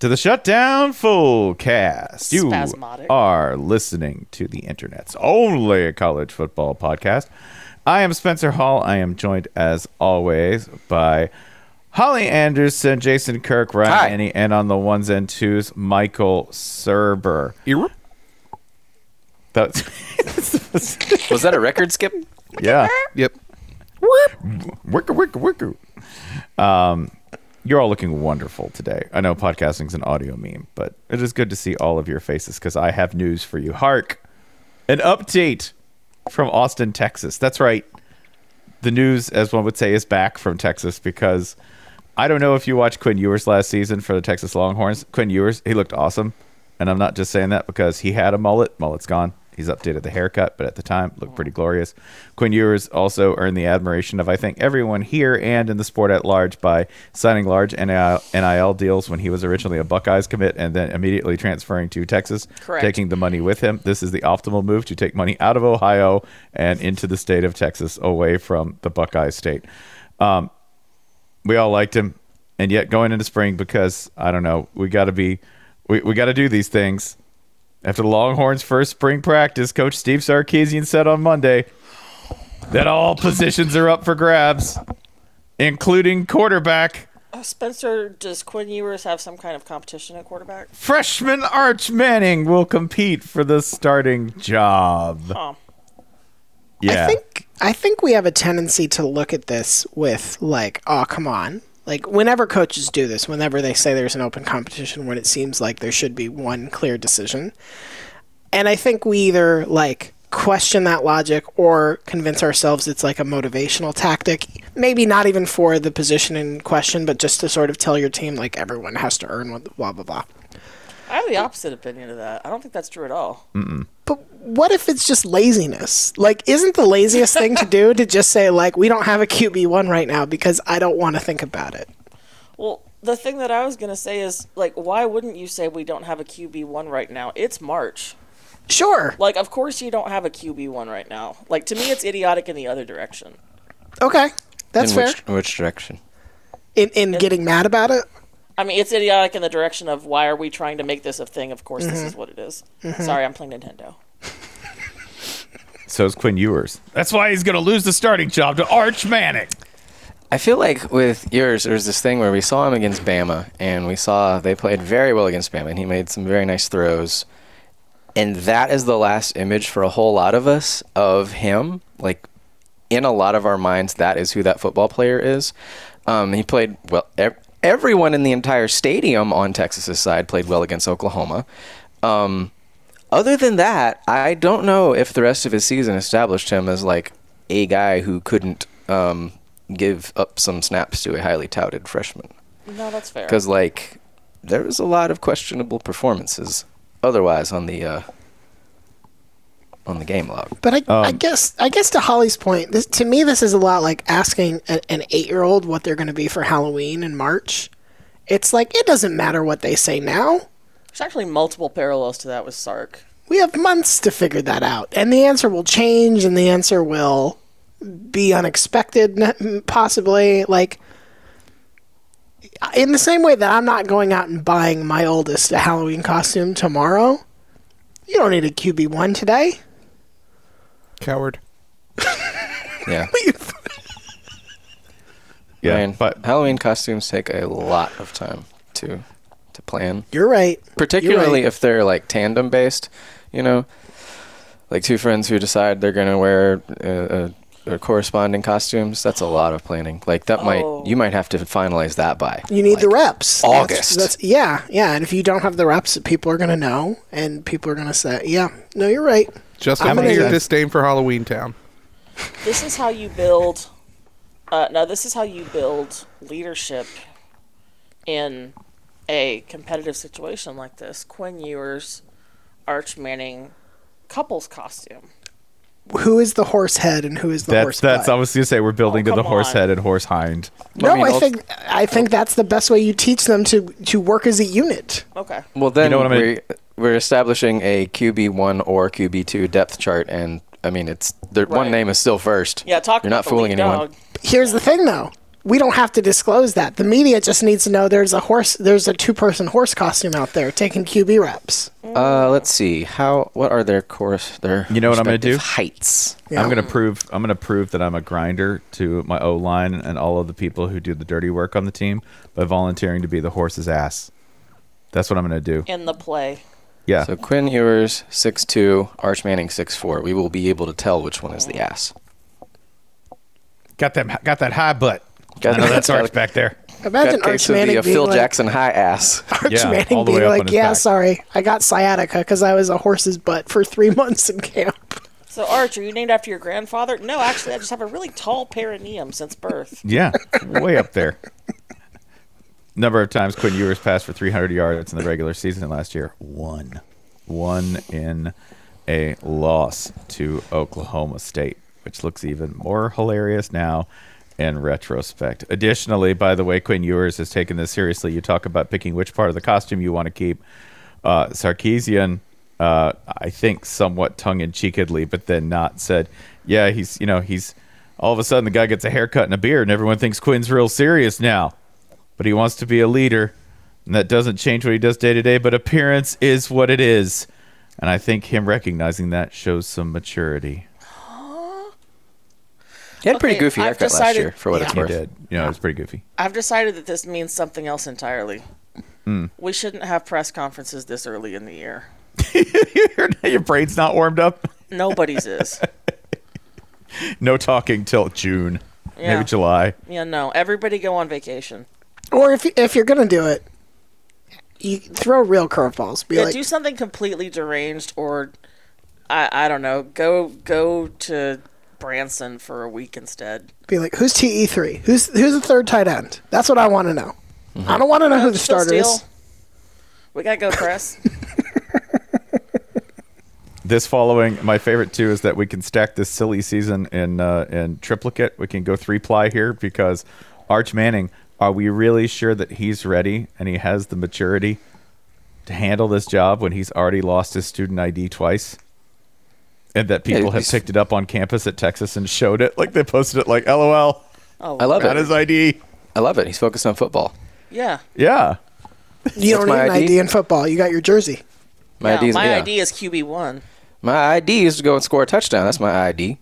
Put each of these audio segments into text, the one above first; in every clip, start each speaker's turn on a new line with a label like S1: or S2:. S1: to the Shutdown Full Cast. You
S2: Spasmodic.
S1: are listening to the internet's only college football podcast. I am Spencer Hall. I am joined, as always, by Holly Anderson, Jason Kirk, Ryan
S3: Hi.
S1: Annie, and on the ones and twos, Michael Serber. That's,
S3: Was that a record skip?
S1: yeah.
S4: Yep.
S1: Wicka, wicka, wicka. Um, you're all looking wonderful today. I know podcasting's an audio meme, but it is good to see all of your faces because I have news for you. Hark, an update from Austin, Texas. That's right. The news, as one would say, is back from Texas because I don't know if you watched Quinn Ewers last season for the Texas Longhorns. Quinn Ewers, he looked awesome. And I'm not just saying that because he had a mullet. Mullet's gone. He's updated the haircut, but at the time looked pretty glorious. Quinn Ewers also earned the admiration of I think everyone here and in the sport at large by signing large NIL NIL deals when he was originally a Buckeyes commit and then immediately transferring to Texas,
S2: Correct.
S1: taking the money with him. This is the optimal move to take money out of Ohio and into the state of Texas, away from the Buckeye state. Um, we all liked him and yet going into spring because i don't know we got to be we, we got to do these things after the longhorns first spring practice coach steve sarkisian said on monday that all positions are up for grabs including quarterback
S2: Uh, Spencer, does Quinn Ewers have some kind of competition at quarterback?
S1: freshman arch manning will compete for the starting job
S2: Oh,
S1: yeah
S5: I think I think we have a tendency to look at this with like, oh come on. Like whenever coaches do this, whenever they say there's an open competition when it seems like there should be one clear decision. And I think we either like question that logic or convince ourselves it's like a motivational tactic, maybe not even for the position in question, but just to sort of tell your team like everyone has to earn what blah blah blah.
S2: I have the opposite opinion of that. I don't think that's true at all.
S5: But what if it's just laziness? Like, isn't the laziest thing to do to just say, like, we don't have a QB1 right now because I don't want to think about it?
S2: Well, the thing that I was gonna say is like, why wouldn't you say we don't have a QB one right now? It's March.
S5: Sure.
S2: Like, of course you don't have a QB one right now. Like to me, it's idiotic in the other direction.
S5: Okay. That's
S3: in
S5: fair.
S3: Which, in which direction?
S5: in, in getting mad about it?
S2: I mean, it's idiotic in the direction of why are we trying to make this a thing? Of course, this is what it is. Sorry, I'm playing Nintendo.
S1: so is quinn ewers that's why he's going to lose the starting job to arch manning
S3: I feel like with yours, there was this thing where we saw him against Bama, and we saw they played very well against Bama, and he made some very nice throws. And that is the last image for a whole lot of us of him. Like, in a lot of our minds, that is who that football player is. Um, he played well. Ev- everyone in the entire stadium on Texas's side played well against Oklahoma. Um, other than that, I don't know if the rest of his season established him as like a guy who couldn't um, give up some snaps to a highly touted freshman.
S2: No, that's fair.
S3: Because like there was a lot of questionable performances otherwise on the uh, on the game log.
S5: But I,
S3: Um,
S5: I guess I guess to Holly's point, this, to me, this is a lot like asking a, an eight year old what they're going to be for Halloween in March. It's like, it doesn't matter what they say now.
S2: There's actually multiple parallels to that with Sark.
S5: We have months to figure that out. And the answer will change and the answer will be unexpected, n- possibly. Like, in the same way that I'm not going out and buying my oldest a Halloween costume tomorrow, you don't need a QB1 today.
S4: Coward.
S3: Yeah.
S1: yeah
S3: Ryan,
S1: but
S3: Halloween costumes take a lot of time to to plan,
S5: You're right.
S3: particularly if they're like tandem based. You know, like two friends who decide they're gonna wear uh, uh, uh, corresponding costumes. That's a lot of planning. Like that
S2: Oh.
S3: might you might have to finalize that by.
S5: You need the reps. That's-
S3: August.
S5: That's, yeah, yeah. And if you don't have the reps, people are going to know and people are going to say, yeah, no, you're right.
S4: Justify
S5: many
S4: your
S5: of-
S4: disdain for Halloween Town.
S2: this is how you build uh, no this is how you build leadership in a competitive situation like this quinn ewers arch manning couples costume
S5: Who is the horse head and who is the
S1: that's
S5: horse
S1: that's
S5: butt?
S1: i was going to say we're building
S2: Oh,
S1: to the
S2: come
S1: horse
S2: on.
S1: head and horse hind
S3: I
S5: No,
S3: mean,
S5: I
S3: ult-
S5: think I think that's the best way you teach them to to work as a unit.
S2: okay
S3: Well, then
S1: know what I mean?
S3: we're, we're establishing a QB one or QB two depth chart, and I mean it's the
S2: Right.
S3: one name is still first.
S2: yeah talk
S3: You're not
S2: about the
S3: fooling
S2: lead
S3: anyone.
S2: dog.
S5: Here's the thing though. we don't have to disclose that. The media just needs to know there's a horse, there's a two-person horse costume out there taking QB reps.
S3: Uh, let's see. How? What are their course? Their
S1: You know what I'm gonna
S3: respective
S1: do?
S3: Heights.
S5: Yeah.
S1: I'm gonna prove I'm gonna prove that I'm a grinder to my O line and all of the people who do the dirty work on the team by volunteering to be the horse's ass. That's what I'm gonna do.
S2: in the play.
S1: Yeah.
S3: So Quinn Ewers six two, Arch Manning six four. We will be able to tell which one is the ass.
S1: got that got that high butt.
S3: Got
S1: I know
S3: that-
S1: that's arch back there.
S5: Imagine
S3: Got
S5: Arch
S3: case of the
S5: Manning
S3: uh,
S5: being
S3: Phil
S5: like,
S3: Jackson high ass.
S5: Arch
S1: Yeah, all
S5: Manning
S1: the way
S5: being
S1: up on
S5: like,
S1: his
S5: yeah,
S1: back."
S5: sorry, I got sciatica because I was a horse's butt for three months in camp.
S2: So, Arch, are you named after your grandfather? No, actually, I just have a really tall perineum since birth.
S1: Yeah, way up there. Number of times Quinn Ewers passed for 300 yards in the regular season and last year. One. One in a loss to Oklahoma State, which looks even more hilarious now in retrospect. Additionally, by the way, Quinn Ewers has taken this seriously. You talk about picking which part of the costume you want to keep. Uh, Sarkeesian, uh, I think, somewhat tongue in cheekedly, but then not said, yeah, he's, you know, he's all of a sudden the guy gets a haircut and a beard and everyone thinks Quinn's real serious now. But he wants to be a leader, and that doesn't change what he does day to day, but appearance is what it is. And I think him recognizing that shows some maturity.
S3: He had a pretty
S2: Okay,
S3: goofy
S2: I've
S3: haircut last
S2: decided-
S3: year, for what it's
S1: He
S3: worth.
S1: did. You know, it's pretty goofy.
S2: I've decided that this means something else entirely. We shouldn't have press conferences this early in the year.
S1: Your- Your brain's not warmed up.
S2: Nobody's is.
S1: No talking till June,
S2: Yeah.
S1: maybe July.
S2: Yeah, no. Everybody go on vacation.
S5: Or if if you're gonna do it, you throw real curveballs. Be
S2: Yeah,
S5: like,
S2: do something completely deranged, or I I don't know. Go go to Branson for a week instead.
S5: be like, who's TE three? Who's who's the third tight end? That's what I want to know.
S3: Mm-hmm.
S5: I don't want to know who the
S2: Phil
S5: starter is.
S2: Steele, We gotta go, press.
S1: This following, my favorite too, is that we can stack this silly season in uh, in triplicate. We can go three ply here because Arch Manning. Are we really sure that he's ready and he has the maturity to handle this job when he's already lost his student ID twice? And that people have
S3: he's-
S1: picked it up on campus at Texas and showed it, like they posted it, like "LOL,
S2: Oh,
S3: I love
S1: got
S3: it.
S1: his ID."
S3: I love it. He's focused on football.
S2: yeah.
S1: Yeah,
S5: You don't need
S3: my
S5: an
S3: ID?
S5: ID? in football. You got your jersey.
S3: My
S2: yeah,
S3: ID's
S2: my
S3: yeah.
S2: ID is QB one.
S3: My ID is to go and score a touchdown. That's my ID.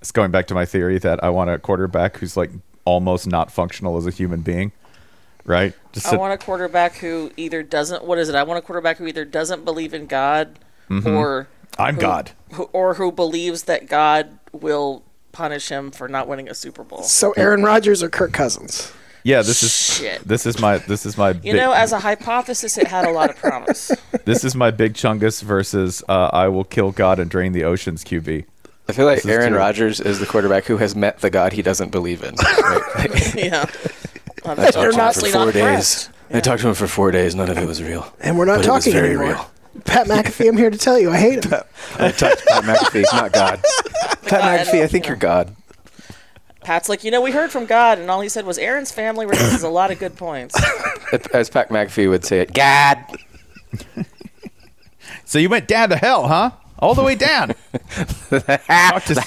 S1: it's going back to my theory that I want a quarterback who's like almost not functional as a human being, right? Just
S2: I
S1: a-
S2: want a quarterback who either doesn't. What is it? I want a quarterback who either doesn't believe in God,
S3: Mm-hmm.
S2: or
S1: I'm
S2: who-
S1: God.
S2: who- or who believes that God will punish him for not winning a Super Bowl.
S5: So Aaron Rodgers or Kirk Cousins.
S1: Yeah, this is
S2: Shit.
S1: this is my this is my
S2: You
S1: big,
S2: know, as a hypothesis, it had a lot of promise.
S1: this is my big chungus versus uh, I will kill God and drain the oceans QB.
S3: I feel like
S1: is
S3: Aaron
S1: true.
S3: Rodgers is the quarterback who has met the God he doesn't believe in. Right?
S2: yeah. I'm
S3: I talked to him
S5: You're not-
S3: for
S2: honestly
S3: four
S2: not
S3: days.
S2: impressed.
S3: I talked to him for four days. None of it was real.
S5: And we're not
S3: But it was
S5: talking
S3: very
S5: anymore.
S3: real.
S5: Pat McAfee, I'm here to tell you, I hate him.
S3: I talked to Pat McAfee, not God. Pat McAfee, I think you're God.
S2: Pat's like, you know, we heard from God, and all he said was Aaron's family raises a lot of good points.
S3: As Pat McAfee would say it, God.
S1: So you went down to hell, huh? All the way down.
S3: the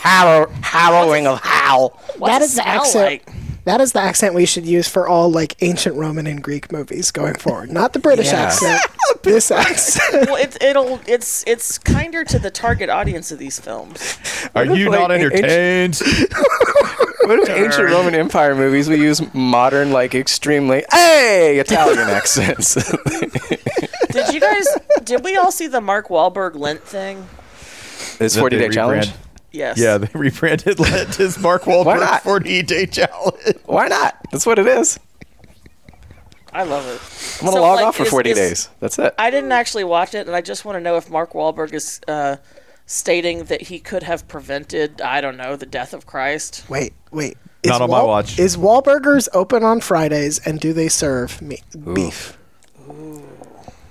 S3: hallow, hallowing of howl.
S2: What's
S5: That
S2: it
S5: is the
S2: smell
S5: accent.
S2: like?
S5: That is the accent we should use for all like ancient Roman and Greek movies going forward. Not the British
S3: Yeah.
S5: accent. this accent.
S2: Well, it, it'll it's it's kinder to the target audience of these films.
S1: Are you
S3: like
S1: not
S3: an
S1: entertained?
S3: What if ancient Roman Empire movies we use modern, like extremely, hey, Italian accents?
S2: Did you guys? did we all see the Mark Wahlberg Lent thing?
S3: This 40 day challenge?
S2: Yes.
S1: Yeah, they rebranded Lent as Mark Wahlberg
S3: not?
S1: 40 Day Challenge.
S3: Why not? That's what it is.
S2: I love it.
S3: I'm going to
S2: So,
S3: log
S2: like,
S3: off for
S2: is-
S3: 40
S2: is-
S3: days. That's it.
S2: I didn't actually watch it, and I just want to know if Mark Wahlberg is uh, stating that he could have prevented, I don't know, the death of Christ.
S5: Wait, wait.
S1: Not on my watch.
S5: Is Wahlburgers open on Fridays and do they serve me- beef?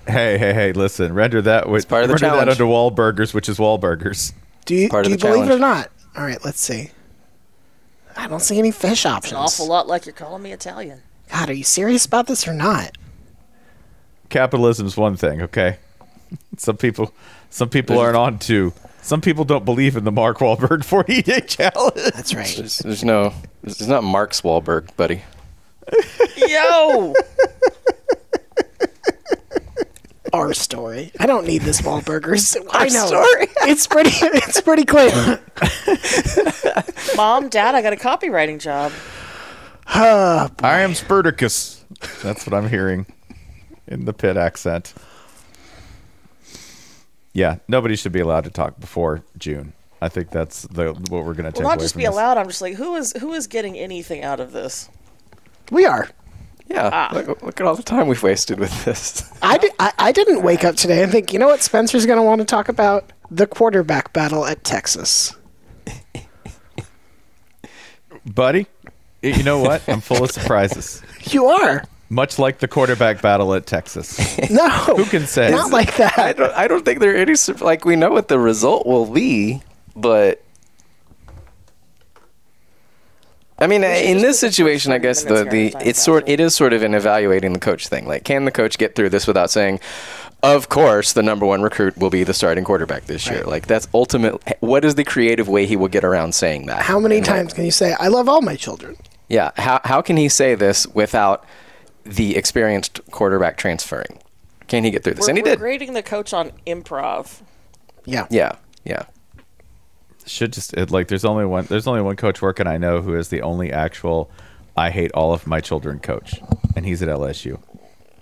S1: Hey, hey, hey! Listen, render that with
S3: part of the
S1: render that
S3: challenge.
S1: under Wahlburgers, which is Wahlburgers.
S5: Do you,
S3: part
S5: do
S3: of
S5: you
S3: the
S5: believe it or
S3: challenge.
S5: not? All right, let's see. I don't see any fish options.
S2: An awful lot like you're calling me Italian.
S5: God, are you serious about this or not?
S1: Capitalism's one thing, okay? Some people, some people aren't on to Some people don't believe in the Mark Wahlberg 40 day challenge.
S5: That's right.
S3: There's, there's no. It's not Mark Wahlberg, buddy.
S2: Yo,
S5: Our story. I don't need this Wahlburgers. I know. It's pretty. It's pretty clear.
S2: mom, dad, I got a copywriting job.
S1: I am Spurticus. That's what I'm hearing in the pit accent. Yeah, nobody should be allowed to talk before June. I think that's the what we're going to take
S2: Well, not
S1: away
S2: just
S1: from
S2: be
S1: this.
S2: allowed. I'm just like, who is who is getting anything out of this?
S5: We are.
S3: Yeah.
S2: Ah.
S3: Look, look at all the time we've wasted with this.
S5: I, di- I, I didn't wake up today and think, you know what Spencer's going to want to talk about? The quarterback battle at Texas.
S1: Buddy, you know what? I'm full of surprises.
S5: You are.
S1: Much like the quarterback battle at Texas.
S5: No.
S1: Who can say?
S5: Not like
S3: I
S5: that.
S3: don't. I don't think there are any. sur- Like we know what the result will be, but. I mean, uh, in this situation, I guess the,
S2: minutes here
S3: the
S2: and find
S3: it's
S2: out.
S3: sort it is sort of an evaluating the coach thing. Like, can the coach get through this without saying, "Of course, the number one recruit will be the starting quarterback this year"? Like, that's ultimate. What is the creative way he will get around saying that?
S5: How many times can you say, I love all my children?
S3: Yeah. How, how can he say this without the experienced quarterback transferring? Can he get through this?
S2: We're,
S3: and he
S2: we're
S3: did.
S2: grading the coach on improv.
S5: Yeah.
S3: Yeah. Yeah.
S1: should just it, like there's only one there's only one coach working I know who is the only actual I hate all of my children coach and he's at LSU.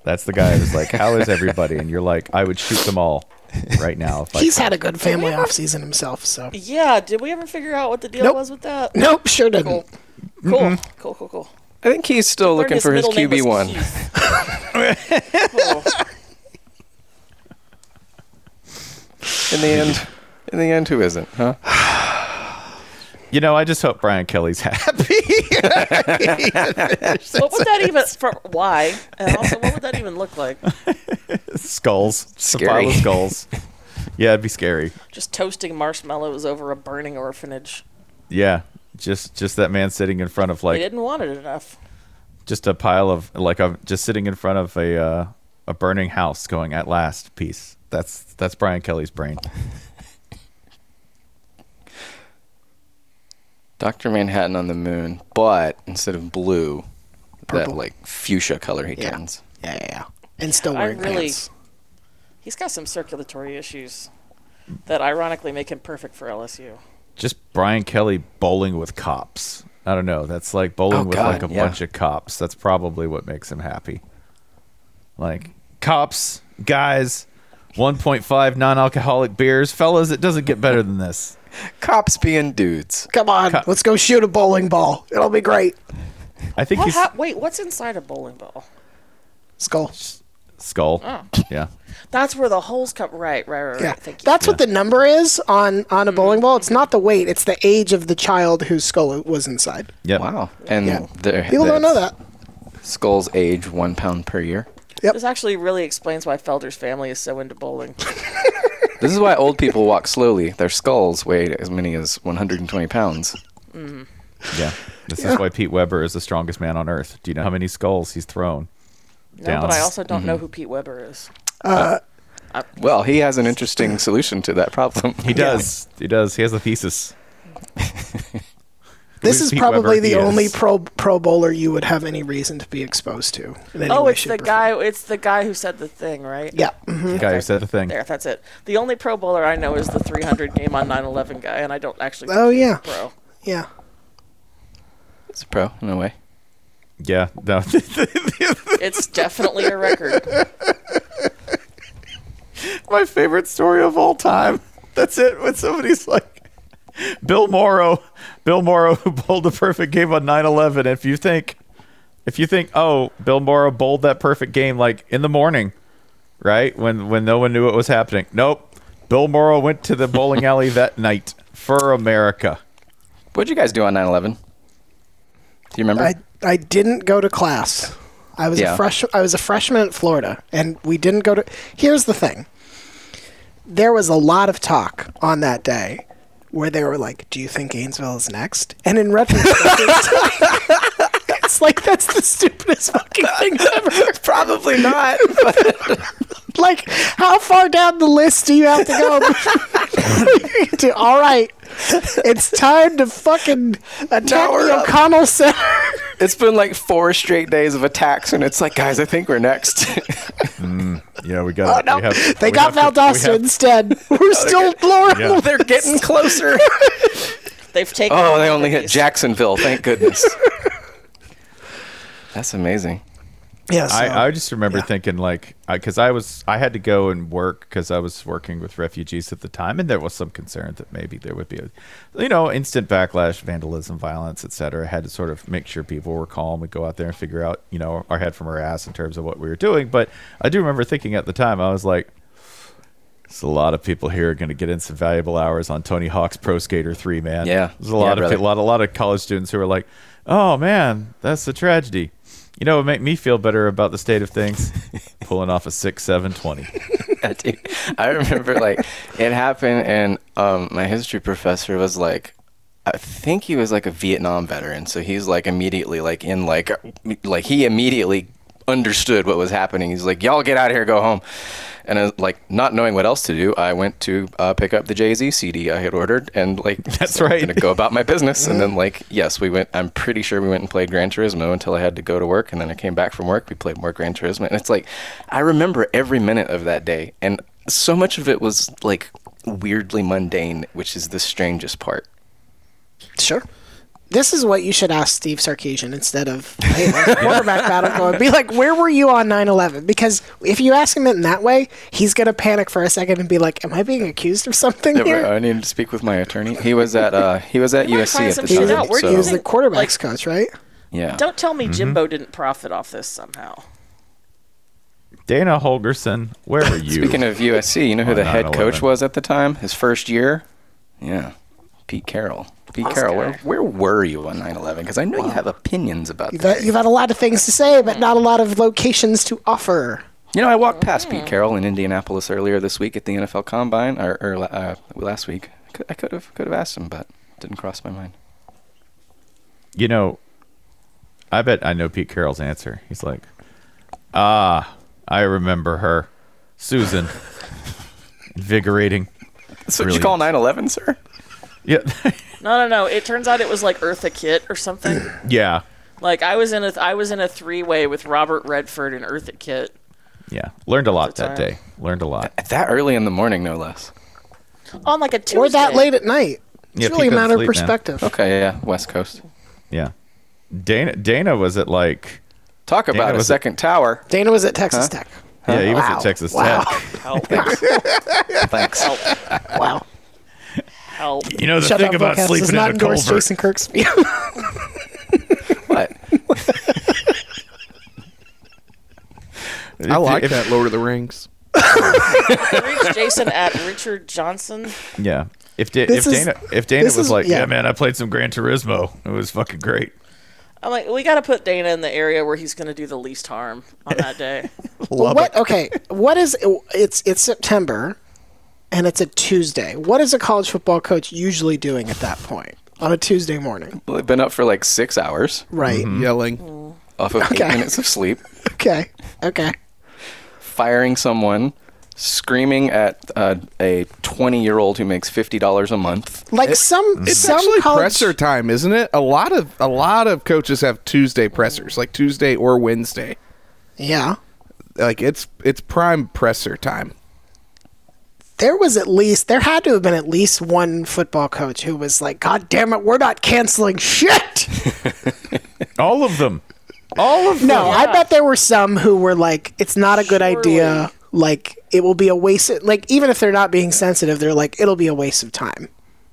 S1: That's the guy who's like, how is everybody? And you're like, I would shoot them all right now. If I
S5: He's had a good family offseason himself, so.
S2: Yeah, did we ever figure out what the deal
S5: Nope.
S2: was with that?
S5: Nope, sure didn't.
S2: Cool. Cool. Cool. Cool. Cool.
S3: I think he's still looking
S2: Learned
S3: for his
S2: middle name was
S3: QB one.
S2: Keith. cool.
S3: In the end, in the end, who isn't? Huh?
S1: You know, I just hope Brian Kelly's happy.
S2: What would that even? For, why? And also, what would that even look like?
S1: skulls, It's a
S3: Scary.
S1: pile of skulls. yeah, it'd be scary.
S2: Just toasting marshmallows over a burning orphanage.
S1: Yeah, just just that man sitting in front of
S2: They
S1: like
S2: didn't want it enough.
S1: just a pile of like I'm just sitting in front of a uh, a burning house going at last peace. That's that's Brian Kelly's brain.
S3: Doctor Manhattan on the moon, but instead of blue, that
S5: Purple.
S3: like fuchsia color he
S5: Yeah.
S3: turns.
S5: Yeah, yeah, yeah. And still
S2: I
S5: wearing
S2: really-
S5: pants.
S2: He's got some circulatory issues that ironically make him perfect for LSU.
S1: just Brian Kelly bowling with cops. I don't know. That's like bowling
S3: Oh,
S1: with
S3: God,
S1: like a
S3: yeah.
S1: bunch of cops. That's probably what makes him happy. Like cops, guys, 1.5 non-alcoholic beers, fellas. It doesn't get better than this.
S3: Cops being dudes.
S5: Come on,
S1: Cut.
S5: let's go shoot a bowling ball. It'll be great.
S1: I think
S2: What
S1: he's
S2: hap- wait, what's inside a bowling ball?
S5: Skull.
S1: skull. Yeah,
S2: That's where the holes come. Right, right, right, right.
S5: Yeah.
S2: Thank you. Mm-hmm.
S5: That's what the number is on, on a bowling ball. It's not the weight, it's the age of the child whose skull was inside.
S1: yeah.
S3: Wow. And
S5: Yeah.
S3: their
S5: People don't know
S3: that's
S5: that.
S3: Skulls age one pound per year.
S2: this actually really explains why Felder's family is so into bowling.
S3: This is why old people walk slowly. Their skulls weigh as many as 120 pounds.
S1: Yeah, this is why Pete Weber is the strongest man on earth. Do you know how many skulls he's thrown?
S2: No,
S1: down?
S2: but I also don't
S3: Mm-hmm.
S2: know who Pete Weber is.
S3: Well, he has an interesting solution to that problem.
S1: he does. He does. He has a thesis.
S5: This
S1: Who's
S5: is
S1: Pete
S5: probably
S1: Weber?
S5: the
S1: He
S5: only
S1: is.
S5: pro pro bowler you would have any reason to be exposed to. in any
S2: Oh,
S5: way,
S2: it's
S5: shape,
S2: the
S5: or form.
S2: guy. It's the guy who said the thing, right?
S5: Yeah. mhm.
S1: The guy who said the thing.
S2: There, that's it. The only Pro Bowler I know is the 300 game on 9/11 guy, and I don't actually. think
S5: Oh,
S2: he's
S5: yeah.
S2: a Pro.
S5: Yeah.
S3: It's a pro in a way.
S1: Yeah, no.
S2: It's definitely a record.
S1: my favorite story of all time. That's it. When somebody's like, Bill Morrow, Bill Morrow who bowled the perfect game on 9/11. If you think, if you think, oh, Bill Morrow bowled that perfect game like in the morning, right when when no one knew what was happening. Nope. Bill Morrow went to the bowling alley that night for America.
S3: What'd you guys do on 9 11? Do you remember?
S5: I I didn't go to class. I was
S3: Yeah.
S5: a fresh I was a freshman at Florida and we didn't go to Here's the thing. There was a lot of talk on that day where they were like, "Do you think Gainesville is next?" And in retrospect, it's like that's the stupidest fucking thing ever.
S3: Probably not.
S5: Like, how far down the list do you have to go? to- all right, it's time to fucking attack
S3: we're
S5: the
S3: up.
S5: O'Connell Center.
S3: It's been like four straight days of attacks, and it's like, guys, I think we're next.
S1: Yeah, we Oh, got.
S5: no,
S1: we have,
S5: they
S1: we
S5: got
S1: have to- we
S5: Valdosta
S1: have-
S5: instead. We're still Laura.
S1: Yeah.
S3: They're getting closer.
S2: They've taken.
S3: Oh, they
S2: all
S3: only
S2: of
S3: hit
S2: these.
S3: Jacksonville. Thank goodness. That's amazing.
S5: Yeah, so-
S1: I, I just remember thinking like because I was I had to go and work because I was working with refugees at the time and there was some concern that maybe there would be a you know instant backlash vandalism violence etc I had to sort of make sure people were calm and go out there and figure out you know our head from our ass in terms of what we were doing but I do remember thinking at the time I was like there's a lot of people here are going to get in some valuable hours on Tony Hawk's Pro Skater 3, man.
S3: Yeah.
S1: There's a lot
S3: Yeah,
S1: of
S3: brother.
S1: a lot a lot of college students who are like, "Oh man, that's a tragedy." You know, it make me feel better about the state of things. Pulling off a 6 7 20.
S3: Yeah, dude. I remember like it happened, and um, my history professor was like, I think he was like a Vietnam veteran, so he's like immediately like in like like he immediately understood what was happening. He's like, y'all get out of here, go home. And I was, like not knowing what else to do, I went to uh, pick up the Jay Z CD I had ordered, and like
S1: That's
S3: I'm
S1: right.
S3: gonna go about my business. and then like yes, we went. I'm pretty sure we went and played Gran Turismo until I had to go to work, and then I came back from work. We played more Gran Turismo, and it's like I remember every minute of that day, and so much of it was like weirdly mundane, which is the strangest part.
S5: Sure. This is what you should ask Steve Sarkeesian instead of hey, how's the quarterback battle going. Be like, where were you on 9/11? Because if you ask him it in that way, he's gonna panic for a second and be like, "Am I being accused of something
S3: Yeah, but uh,
S5: here?"
S3: I needed to speak with my attorney. He was at uh, he was at
S2: might
S3: USC
S2: find
S3: at
S2: some
S3: the
S5: He
S2: shit
S3: time.
S5: was,
S2: out. Where do
S5: he
S2: you
S5: was the
S2: think-
S5: quarterbacks
S2: like-
S5: coach, right?
S3: yeah,
S2: Don't tell
S3: Mm-hmm.
S2: me Jimbo didn't profit off this somehow.
S1: Dana Holgerson, where are you?
S3: Speaking of USC, you know who
S1: On
S3: the head coach
S1: 9/11.
S3: was at the time? His first year? Yeah. Pete Carroll. Pete Carroll, where,
S2: guy.
S3: where were you on 9 11? Because I know you have opinions about
S5: You've
S3: that.
S5: had, you've had a lot of things to say, but not a lot of locations to offer.
S3: You know, I walked past Pete Carroll in Indianapolis earlier this week at the NFL Combine, or, or uh, last week. I could- I could have could have asked him, but it didn't cross my mind.
S1: you know, I bet I know Pete Carroll's answer. He's like, ah, I remember her. Susan. Invigorating.
S3: That's what you call 9 11, sir?
S1: Yeah.
S2: No, no, no. It turns out it was like Eartha Kitt or something.
S1: yeah.
S2: like I was in a I was in a three way with Robert Redford and Eartha Kitt.
S1: Yeah. Learned a lot that
S2: time.
S1: day. Learned a lot.
S3: That early in the morning, no less.
S2: on like a Tuesday.
S5: Or that late at night. It's
S1: Yeah,
S5: really a
S1: people
S5: matter of
S1: sleep, man.
S5: perspective.
S3: Okay, yeah, West Coast.
S1: Yeah. Dana Dana was at like
S3: Talk about a
S1: was it-
S3: second tower.
S5: Dana was at Texas Tech.
S1: yeah, he was
S5: Wow.
S1: at Texas
S5: Wow.
S1: Tech.
S2: Help!
S3: Thanks.
S5: Wow.
S2: Help!
S1: You know the
S5: Shut up, Vocast does not endorse Jason Kirk's view.
S3: what?
S4: I like that Lord of the Rings.
S2: Reach Jason at Richard Johnson.
S1: Yeah. If, da- if
S5: This is-
S1: Dana if Dana
S5: this
S1: was
S5: is-
S1: like,
S5: yeah.
S1: yeah. man, I played some Gran Turismo. It was fucking great.
S2: I'm like, we got to put Dana in the area where he's going to do the least harm on that day.
S1: Love
S5: what? Okay. What is it's it's September, and it's a Tuesday. What is a college football coach usually doing at that point on a Tuesday morning?
S3: Well, they've been up for like six hours
S5: Right.
S4: Mm-hmm. Yelling.
S3: off of
S5: Okay.
S3: eight minutes of sleep,
S5: Okay. Okay.
S3: firing someone, screaming at uh, a 20 year old who makes $50 a month.
S5: Like some
S4: It's
S5: some
S4: actually
S5: college.
S4: presser time, isn't it? A lot of a lot of coaches have Tuesday pressers, like Tuesday or Wednesday.
S5: Yeah.
S4: Like it's it's prime presser time.
S5: There was at least there had to have been at least one football coach who was like, "God damn it, we're not canceling shit."
S1: All of them. All of them.
S5: No, I
S2: Yeah.
S5: bet there were some who were like, it's not a good idea. Like, it will be a waste. Of, like, even if they're not being sensitive, they're like, it'll be a waste of time.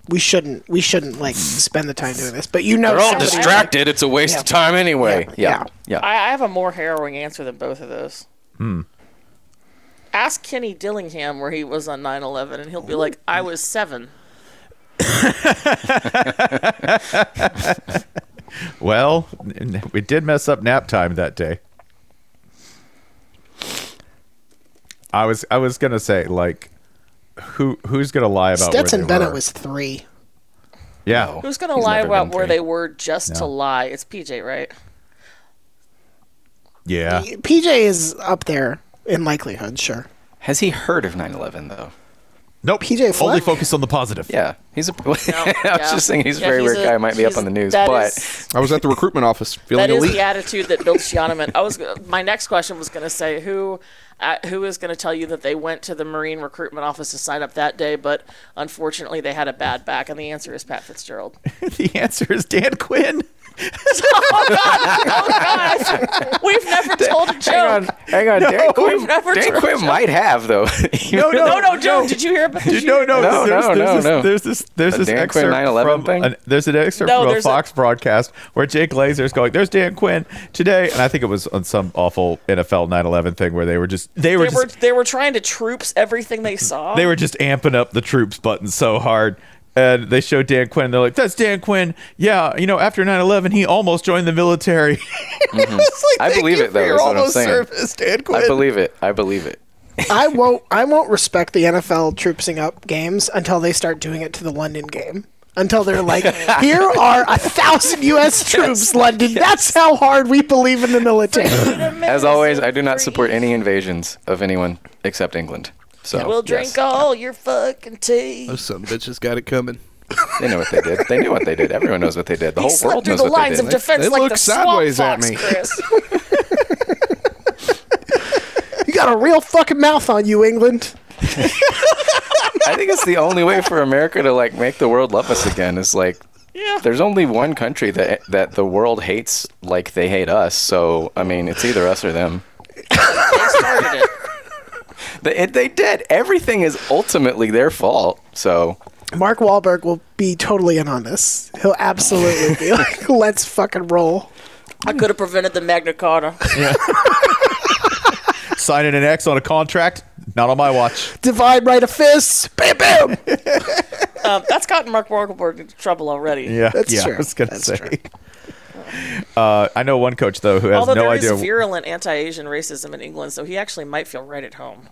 S5: We shouldn't. We shouldn't like spend the time doing this. But you know,
S3: They're all
S5: somebody-
S3: distracted. It's a waste of time anyway.
S5: Yeah.
S3: Yeah.
S2: I, I have a more harrowing answer than both of those. Hmm. Ask Kenny Dillingham where he was on 9/11, and he'll be like, "I was seven.
S1: Well, n- we did mess up nap time that day. I was I was gonna say like, who who's gonna lie about where
S5: Stetson
S1: they
S5: Bennett
S1: were?
S5: was three.
S1: yeah
S2: Who's going to
S3: He's
S2: lie
S3: never
S2: about
S3: been
S2: where
S3: three.
S2: they were just to
S1: No.
S2: lie? It's PJ, right?
S1: yeah
S5: PJ is up there in likelihood. Sure.
S3: Has he heard of 9 11, though?
S1: Nope.
S5: PJ
S1: Only
S5: Fleck?
S1: focus on the positive.
S3: Yeah, he's a. I was
S2: Oh, yeah.
S3: just thinking he's a
S2: Yeah,
S3: very
S2: he's
S3: weird
S2: a-
S3: guy. Might be up
S2: he's-
S3: on the news,
S2: that
S3: but
S2: is-
S4: I was at the recruitment office feeling
S2: that is
S4: elite.
S2: the attitude that builds Gentleman. I was my next question was going to say who uh, who is going to tell you that they went to the Marine recruitment office to sign up that day, but unfortunately they had a bad back, and the answer is Pat Fitzgerald.
S1: the answer is Dan Quinn.
S2: oh God! Oh God! We've never told a
S3: hang on,
S2: joke.
S3: hang on. Dan Quinn,
S2: we've never
S3: Dan
S2: tried
S3: Quinn might have though.
S1: No, no,
S2: No, no, Joe. Did you hear about? did you-
S1: No, no,
S3: No,
S1: there's,
S3: no,
S1: there's
S3: no,
S1: this,
S3: no.
S1: There's this, there's
S3: The
S1: this
S3: Dan Quinn
S1: excerpt
S3: 9/11
S1: from
S3: thing?
S1: an- there's an excerpt
S2: No,
S1: from a
S2: there's a-
S1: Fox broadcast where Jake Lazer's going. There's Dan Quinn today, and I think it was on some awful NFL 9/11 thing where they were just they were
S2: They were
S1: just
S2: they were trying to troops everything they saw.
S1: they were just amping up the troops button so hard. And they show Dan Quinn. And they're like, "That's Dan Quinn. Yeah, you know, after 9/11, he almost joined the military." It's like,
S3: Mm-hmm. I
S1: thank
S3: believe
S1: you
S3: it, though,
S1: for your
S3: is what I'm
S1: almost
S3: saying.
S1: service, Dan Quinn.
S3: I believe it. I believe it.
S5: I won't. I won't respect the NFL troopsing up games until they start doing it to the London game. Until they're like, here are a thousand U.S. troops, London. That's how hard we believe in the military.
S3: As always, I do not support any invasions of anyone except England. So
S2: We'll drink
S3: yes,
S2: all your fucking tea.
S4: Those son of bitches got it coming.
S3: They know what they did. They knew what they did. Everyone knows what they did. The whole
S2: Slip
S3: world
S2: through
S3: knows
S2: the
S3: what
S2: lines
S3: they
S2: of
S3: did.
S2: defense
S4: They
S2: like
S4: look
S2: the
S4: sideways
S2: swamp
S4: at
S2: fox,
S4: me.
S2: Chris.
S5: you got a real fucking mouth on you, England.
S3: I think it's the only way for America to like make the world love us again. Is like,
S2: Yeah.
S3: there's only one country that that the world hates like they hate us. So I mean, it's either us or them.
S2: They started it.
S3: They, it, they did. Everything is ultimately their fault. So
S5: Mark Wahlberg will be totally in on this. He'll absolutely be like, let's fucking roll.
S2: I could have prevented the Magna Carta.
S1: Signing an X on a contract, not on my watch.
S5: Divide right of fists. Bam, bam.
S2: Um, that's gotten Mark Wahlberg into trouble already.
S1: Yeah,
S5: That's
S1: yeah,
S5: true.
S1: I was gonna
S5: That's
S1: say. Uh, I know one coach though who has
S2: Although
S1: no
S2: there is
S1: idea.
S2: virulent anti-Asian racism in England, so he actually might feel right at home.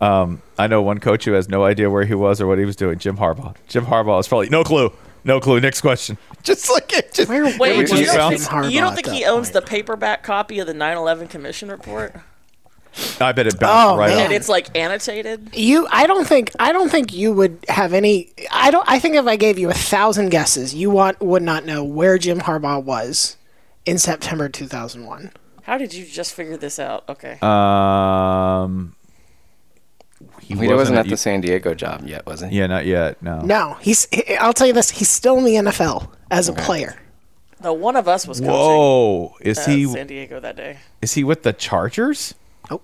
S1: I know one coach who has no idea where he was or what he was doing. Jim Harbaugh. Jim Harbaugh is probably no clue. No clue. Next question. Just like it. Just
S5: Where-
S1: it
S5: where
S1: would
S2: Wait,
S5: was
S1: just
S2: you, don't
S1: bounce.
S5: Jim
S2: think, you
S5: Harbaugh
S2: don't
S5: at
S2: think
S5: that
S2: he owns
S5: point?
S2: the paperback copy of the 9/11 Commission Report,
S1: I bet it bounced
S5: Oh,
S1: right
S5: man.
S2: and
S1: off.
S2: it's like annotated?
S5: You, I don't think, I don't think you would have any. I don't. I think if I gave you a thousand guesses, you want would not know where Jim Harbaugh was in September 2001.
S2: How did you just figure this out? Okay,
S5: Uh,
S1: Um, he,
S3: he wasn't at
S1: U-
S3: the San Diego job yet, was he?
S1: Yeah, not yet. No.
S5: No, he's. he- I'll tell you this. He's still in the NFL as a player.
S2: though one of us was coaching
S1: Whoa! Is
S2: uh,
S1: he
S2: San Diego that day.
S1: is he with the Chargers?
S5: Nope.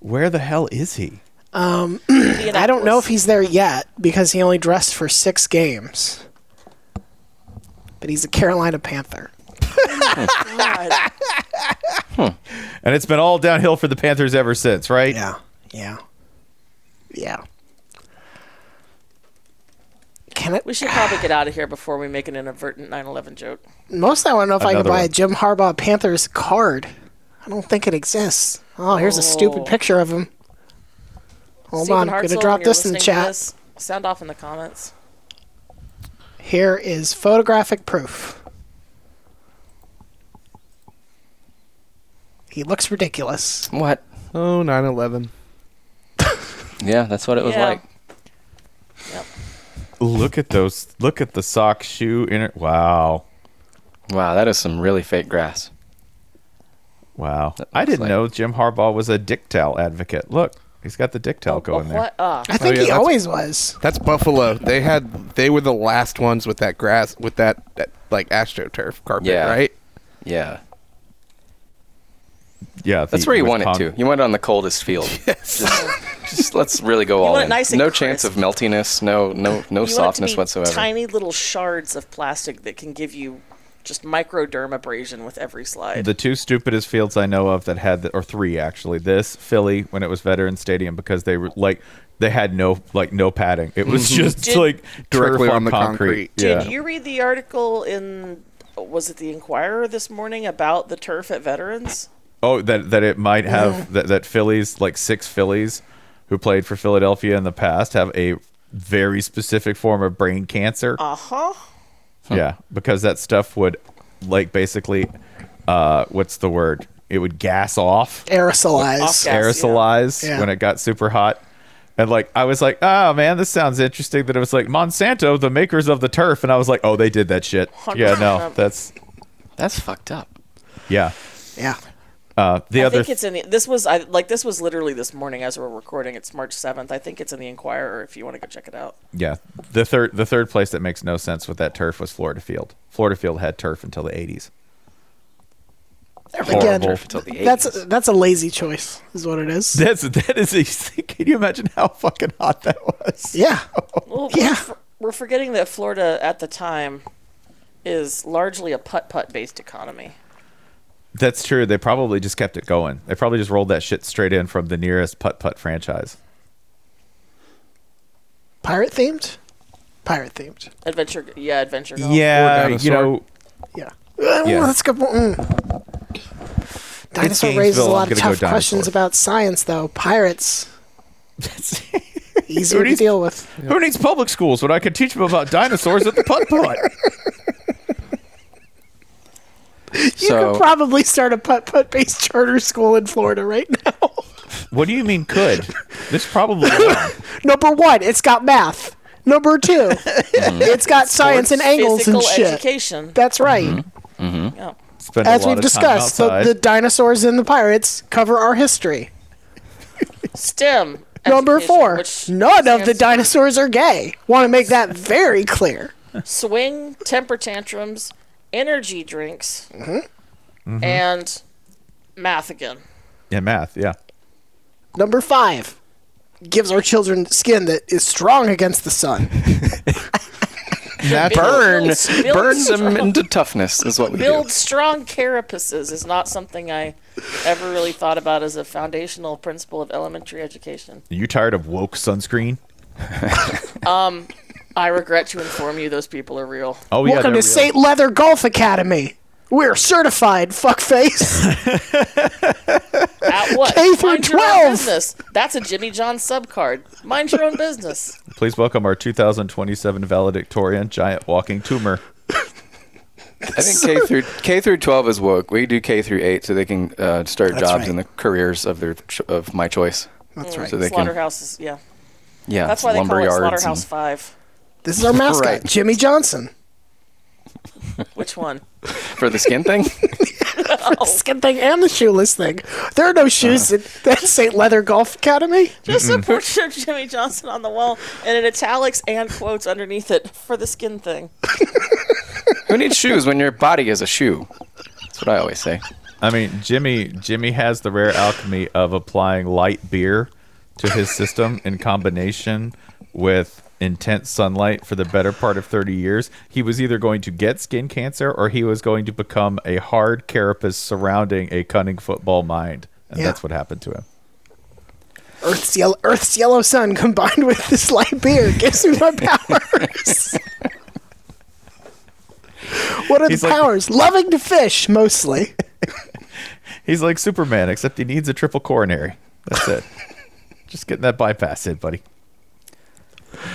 S1: Where the hell is he?
S5: I don't know if he's there yet because he only dressed for six games. But he's a Carolina Panther.
S2: God.
S1: And it's been all downhill for the Panthers ever since, right?
S5: Yeah, yeah, yeah. Can I?
S2: We should probably get out of here before we make an inadvertent 9/11 joke.
S5: Mostly, I want to know if I
S1: Another
S5: can buy a
S1: one.
S5: Jim Harbaugh Panthers card. I don't think it exists. Oh, here's a
S2: Oh.
S5: stupid picture of him. Hold
S2: Stephen
S5: on, I'm
S2: Hartzell,
S5: gonna drop
S2: when you're
S5: this in the
S2: listening to
S5: chat.
S2: this, sound off in the comments.
S5: Here is photographic proof. He looks ridiculous.
S3: What?
S4: Oh, 9-11.
S3: Yeah, that's what it was
S2: Yeah.
S3: like.
S1: Look at those. Look at the sock shoe inner. Wow.
S3: Wow, that is some really fake grass.
S1: Wow. I
S3: looks
S1: didn't
S3: like-
S1: know Jim Harbaugh was a dictal advocate. Look, he's got the
S3: Oh,
S1: dictal going there.
S2: What? Uh,
S5: I think
S4: yeah,
S5: he
S4: that's-
S5: always was.
S4: That's Buffalo. They had they were the last ones with that grass with that, that like astroturf carpet,
S3: Yeah.
S4: right?
S3: Yeah.
S1: Yeah.
S3: That's
S1: the-
S3: where you
S1: with
S3: want it
S1: con-
S3: to. You want it on the coldest field. Just, just let's really go all
S2: want it
S3: in.
S2: nice and
S3: no chance of
S2: crisp.
S3: meltiness. No, no, no
S2: you want it to
S3: softness
S2: be
S3: whatsoever.
S2: tiny little shards of plastic that can give you just microderm abrasion with every slide.
S1: The two stupidest fields I know of that had, the, or three actually. This Philly when it was Veterans Stadium because they were like they had no like no padding. It was just
S2: Did-
S1: like turf
S4: Directly
S1: on,
S4: on the
S1: concrete.
S4: concrete.
S1: Yeah.
S2: Did you read the article in was it the Inquirer this morning about the turf at Veterans?
S1: Oh, that that it might have that that Phillies like six Phillies who played for Philadelphia in the past have a very specific form of brain cancer.
S2: Uh huh.
S1: Yeah, because that stuff would like basically uh what's the word? It would gas off,
S5: Aerosolized.
S2: Gas, yeah.
S1: aerosolize
S5: Yeah.
S1: when it got super hot. And like I was like, oh man, this sounds interesting. That it was like Monsanto, the makers of the turf, and I was like, oh, they did that shit. Yeah, no,
S2: 100%.
S1: that's
S3: That's fucked up.
S1: yeah.
S5: Yeah.
S1: Uh, the
S2: I
S1: other
S2: think it's in the, this was I like this was literally this morning as we we're recording. It's March seventh. I think it's in the Enquirer if you want to go check it out.
S1: Yeah, the third the third place that makes no sense with that turf was Florida Field. Florida Field had turf until the eighties.
S5: Again,
S1: Horrible.
S3: Until the 80s.
S5: that's a, that's a lazy choice, is what it is.
S1: That's that is. a- Can you imagine how fucking hot that was?
S5: yeah.
S2: Well,
S5: Yeah.
S2: we're, for- we're forgetting that Florida at the time is largely a putt putt based economy.
S1: That's true. They probably just kept it going. They probably just rolled that shit straight in from the nearest putt putt franchise.
S5: Pirate themed? Pirate themed.
S2: Adventure, yeah, adventure.
S5: Oh,
S2: Golf.
S4: Or
S1: Yeah, you
S4: dinosaur.
S1: know,
S5: Yeah. Uh,
S1: Yeah.
S5: That's good. Mm. Dinosaur
S1: Gainesville,
S5: raises a
S1: I'm
S5: lot of
S1: gonna go
S5: tough questions
S1: dinosaur.
S5: about science, though. Pirates, easier
S1: Who
S5: to
S1: needs-
S5: deal with.
S1: who needs public schools when I could teach them about dinosaurs at the putt putt?
S5: you
S3: So
S5: could probably start a putt putt based charter school in Florida right now.
S1: What do you mean could? This probably won't.
S5: Number one, it's got math. Number two, it's got science and angles
S2: Physical
S5: and shit.
S2: education.
S5: That's right.
S2: Yeah.
S1: spend Mm-hmm.
S5: As
S1: a lot
S5: we've
S1: of
S5: discussed,
S1: time
S5: the,
S1: outside.
S5: the dinosaurs and the pirates cover our history.
S2: STEM.
S5: Number
S2: education,
S5: four,
S2: which
S5: none of the
S2: stands for
S5: dinosaurs are gay. Want to make that very clear.
S2: swing, temper tantrums, energy drinks,
S3: Mm-hmm.
S2: and math again.
S1: yeah, math. Yeah,
S5: Number five, gives our children skin that is strong against the sun.
S1: That's-
S3: burn,
S2: Build- build
S3: burn
S2: strong-
S3: them into toughness is what we
S2: Build
S3: do.
S2: strong carapaces is not something I ever really thought about as a foundational principle of elementary education.
S1: you tired of woke sunscreen?
S2: I regret to inform you those people are real.
S1: Oh yeah,
S5: Welcome
S1: they're
S5: to
S1: real.
S5: St. Leather Golf Academy. We're certified, fuckface.
S2: At what?
S5: K through
S2: Mind your own
S5: 12.
S2: business. That's a Jimmy John subcard. Mind your own business.
S1: Please welcome our 2027 valedictorian giant walking tumor.
S3: I think K through K through 12 is woke. We do K through 8 so they can uh, start jobs
S5: right.
S3: in the careers of their cho- of my choice. That's right. So they can,
S2: Slaughterhouses, yeah.
S3: yeah,
S2: That's why they
S3: lumber
S2: call it
S3: yards.
S2: Slaughterhouse
S3: and-
S2: Five.
S5: this is our mascot,
S3: Right.
S5: Jimmy Johnson.
S2: Which one?
S3: for the skin thing.
S5: Skin thing and the shoeless thing.
S1: Uh-huh.
S5: There are no shoes in that St. Leather Golf Academy.
S2: Just a portrait of Jimmy Johnson on the wall and in italics and quotes underneath it for the skin thing.
S3: Who needs shoes when your body is a shoe? That's what I always say.
S1: I mean, Jimmy Jimmy has the rare alchemy of applying light beer to his system in combination with intense sunlight for the better part of 30 years. He was either going to get skin cancer or he was going to become a hard carapace surrounding a cunning football mind. And
S5: Yeah.
S1: that's what happened to him.
S5: Earth's yellow, Earth's yellow sun combined with this light beer gives me my powers. what are
S1: He's
S5: the
S1: like-
S5: powers? Loving to fish, mostly.
S1: He's like Superman except he needs a triple coronary. That's it. Just getting that bypass in, buddy.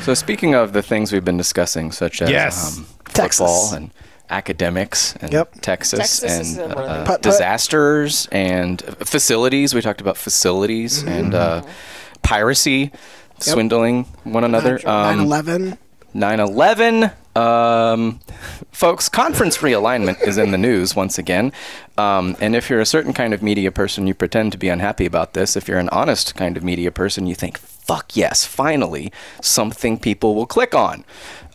S3: So speaking of the things we've been discussing, such as
S1: Yes.
S3: um,
S5: Texas.
S3: football and academics and
S5: Yep.
S3: Texas,
S2: Texas is
S3: and
S2: one of the-
S3: uh,
S5: Putt-putt.
S3: disasters and facilities. We talked about facilities
S5: Mm-hmm.
S3: and uh, piracy, swindling one another.
S5: Nine
S3: Um,
S5: eleven.
S3: 9-11 um, folks conference realignment is in the news once again um, and if you're a certain kind of media person you pretend to be unhappy about this if you're an honest kind of media person you think fuck yes finally something people will click on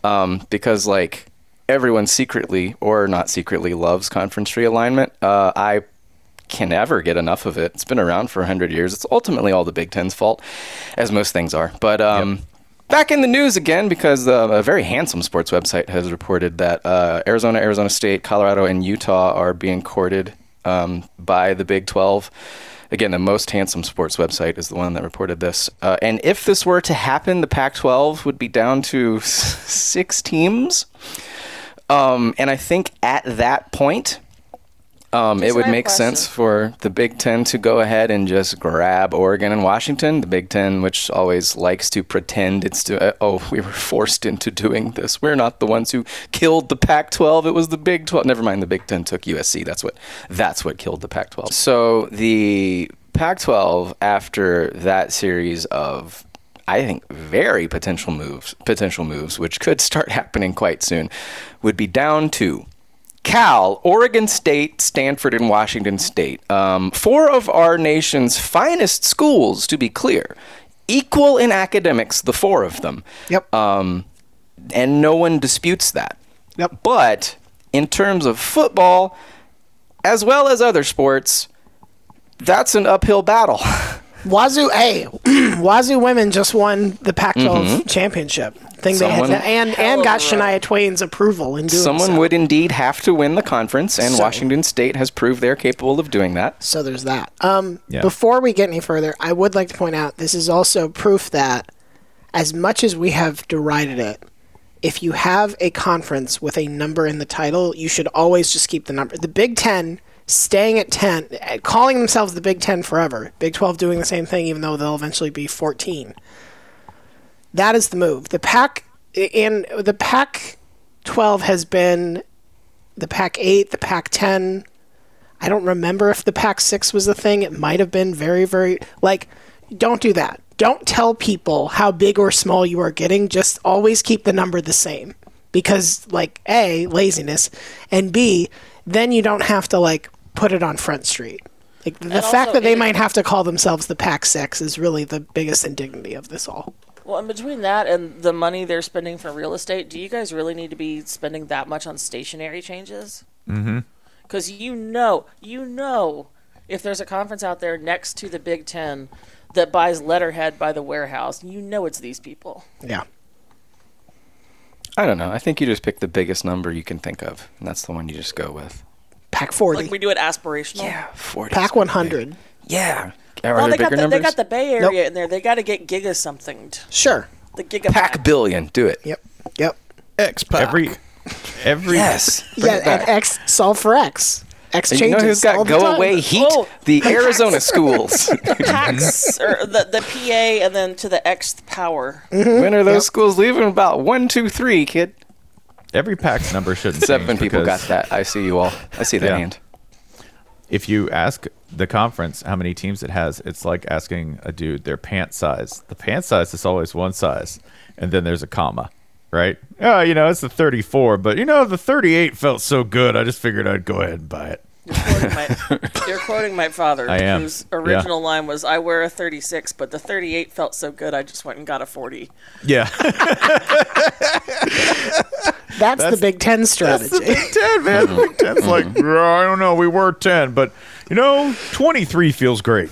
S3: um, because like everyone secretly or not secretly loves conference realignment uh, i can ever get enough of it it's been around for 100 years it's ultimately all the big ten's fault as most things are but um, Back in the news again because uh, a very handsome sports website has reported that uh, Arizona, Arizona State, Colorado, and Utah are being courted um, by the Big 12. Again, the most handsome sports website is the one that reported this. Uh, and if this were to happen, the Pac 12 would be down to s- six teams. Um, and I think at that point, um, it
S2: Just
S3: would
S2: my
S3: make
S2: question.
S3: sense for the Big Ten to go ahead and just grab Oregon and Washington. The Big Ten, which always likes to pretend it's to, uh, oh, we were forced into doing this. We're not the ones who killed the Pac-12. It was the Big 12. Never mind, the Big Ten took USC. That's what that's what killed the Pac-12. So the Pac-12, after that series of I think very potential moves, potential moves, which could start happening quite soon, would be down to Cal, Oregon State, Stanford, and Washington State. Um, four of our nation's finest schools, to be clear, equal in academics, the four of them.
S5: Yep.
S3: Um, and no one disputes that.
S5: Yep.
S3: But in terms of football, as well as other sports, that's an uphill battle.
S5: Wazoo, hey, Wazoo women just won the Pac-12 championship. Thing
S3: Mm-hmm. Someone-
S5: they had to, and and got Shania Twain's approval in doing
S3: Someone
S5: so.
S3: would indeed have to win the conference, and
S5: So-
S3: Washington State has proved they're capable of doing that.
S5: So there's that. Um,
S1: Yeah.
S5: Before we get any further, I would like to point out this is also proof that, as much as we have derided it, if you have a conference with a number in the title, you should always just keep the number. The Big Ten staying at 10, eh, calling themselves the Big Ten forever, Big 12 doing the same thing, even though they'll eventually be 14. That is the move. The Pac in the Pac 12 has been the Pac 8, the Pac 10, I don't remember if the Pac 6 was the thing. It might have been very, very. Like, don't do that. Don't tell people how big or small you are getting. Just always keep the number the same. Because, like, A, laziness, and B, then you don't have to, like, put it on Front Street. Like, the
S2: And
S5: fact
S2: also
S5: that they
S2: it-
S5: might have to call themselves the Pac 6 is really the biggest indignity of this all.
S2: Well, in between that and the money they're spending for real estate, do you guys really need to be spending that much on stationary changes? Mm-hmm. Because you know, you know, if there's a conference out there next to the Big Ten that buys letterhead by the warehouse, you know it's these people.
S5: Yeah.
S3: I don't know. I think you just pick the biggest number you can think of, and that's the one you just go with.
S5: Pac 40.
S2: Like we do it aspirational.
S3: Yeah, 40.
S5: Pac 100.
S3: Yeah. Are
S2: Well,
S3: there
S2: they got,
S3: bigger
S2: the,
S3: numbers?
S2: they got the Bay Area in there. They got to get giga something.
S5: Sure.
S2: The giga
S3: Pack billion. Do it.
S5: Yep. Yep.
S4: X Pac.
S1: Every every
S3: Yes.
S5: yeah, and X, solve for X. X
S3: And
S5: changes.
S3: you know who's
S5: all
S3: got
S5: the
S3: go
S5: time.
S3: away heat?
S2: Oh.
S3: The Arizona schools.
S2: Pax or the the PA and then to the Xth power.
S3: when are those schools leaving? About one, two, three, kid.
S1: every pack's number shouldn't
S3: Seven
S1: change
S3: people got
S1: because
S3: that. I see you all. I see that
S1: Yeah.
S3: hand.
S1: If you ask the conference how many teams it has, it's like asking a dude their pant size. The pant size is always one size, and then there's a comma, right? Oh, you know, it's the 34, but you know, the 38 felt so good, I just figured I'd go ahead and buy it.
S2: You're quoting my, you're quoting my father,
S1: I am.
S2: whose
S1: Yeah.
S2: original line was, "I wear a 36, but the 38 felt so good, I just went and got a 40."
S1: Yeah.
S5: That's, the Big Ten strategy.
S1: It's the Big Ten, man. The Big Ten's like, "Yeah, I don't know, we were ten, but you know, twenty three feels great.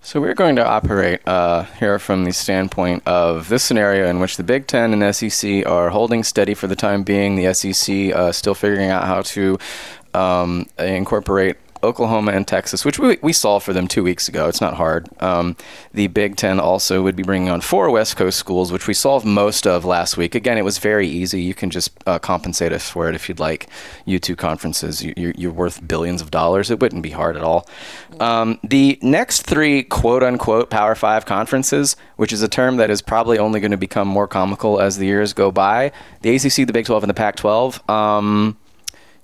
S3: So we're going to operate uh, here from the standpoint of this scenario in which the Big Ten and SEC are holding steady for the time being. The SEC uh, still figuring out how to um, incorporate Oklahoma and Texas, which we, we saw for them two weeks ago. It's not hard. Um, the Big Ten also would be bringing on four West Coast schools, which we solved most of last week. Again, it was very easy. You can just uh, compensate us for it if you'd like. You two conferences, you, you're, you're worth billions of dollars. It wouldn't be hard at all. Um, the next three quote unquote Power Five conferences, which is a term that is probably only going to become more comical as the years go by, the ACC, the Big 12, and the Pac 12, um,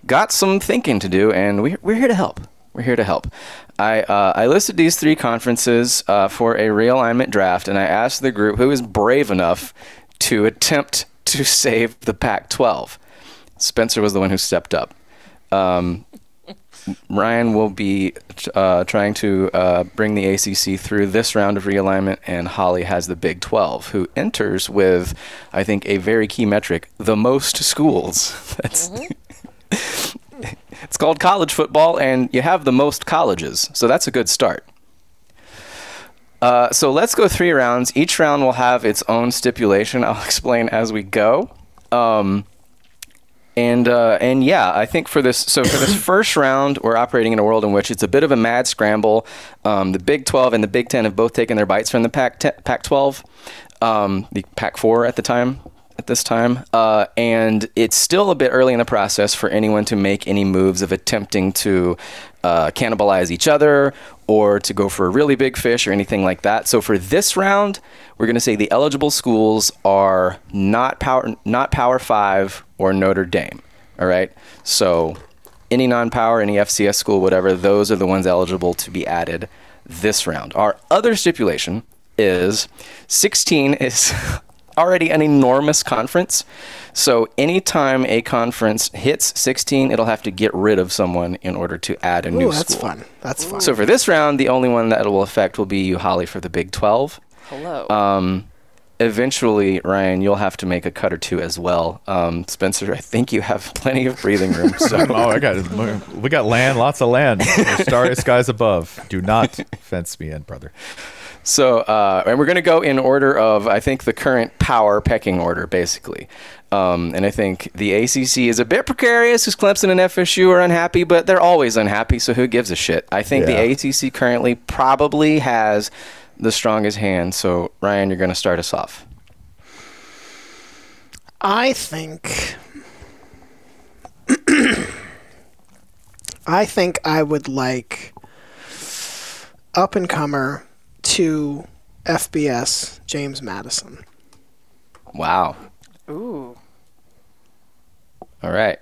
S3: got some thinking to do, and we, we're here to help. We're here to help. I, uh, I listed these three conferences uh, for a realignment draft, and I asked the group who is brave enough to attempt to save the Pac 12. Spencer was the one who stepped up. Um, Ryan will be uh, trying to uh, bring the ACC through this round of realignment, and Holly has the Big 12, who enters with, I think, a very key metric the most schools. That's, it's called college football, and you have the most colleges, so that's a good start. Uh, so let's go three rounds. Each round will have its own stipulation. I'll explain as we go. Um, And uh, and yeah, I think for this so for this first round, we're operating in a world in which it's a bit of a mad scramble. Um, the Big 12 and the Big 10 have both taken their bites from the Pac te- Pac 12, um, the Pac 4 at the time at this time, uh, and it's still a bit early in the process for anyone to make any moves of attempting to uh, cannibalize each other or to go for a really big fish or anything like that. So for this round, we're going to say the eligible schools are not power not Power Five or Notre Dame. All right, so any non-power, any FCS school, whatever, those are the ones eligible to be added this round. Our other stipulation is 16 is already an enormous conference. So anytime a conference hits 16, it'll have to get rid of someone in order to add a new
S5: Ooh, that's
S3: school.
S5: fun. That's fun.
S3: So for this round, the only one that it will affect will be you, Holly, for the Big 12.
S2: Hello.
S3: Um, eventually, Ryan, you'll have to make a cut or two as well. Um, Spencer, I think you have plenty of breathing room. So
S1: Oh, I got we got land, lots of land. There's Starry skies above. Do not fence me in, brother.
S3: So, uh, and we're going to go in order of, I think, the current power pecking order, basically. Um, and I think the ACC is a bit precarious because Clemson and FSU are unhappy, but they're always unhappy, so who gives a shit? I think
S1: Yeah.
S3: the ACC currently probably has the strongest hand. So, Ryan, you're going to start us off.
S5: I think. I think I would like up and comer to FBS James Madison.
S3: Oh. Wow.
S2: Ooh.
S3: All right.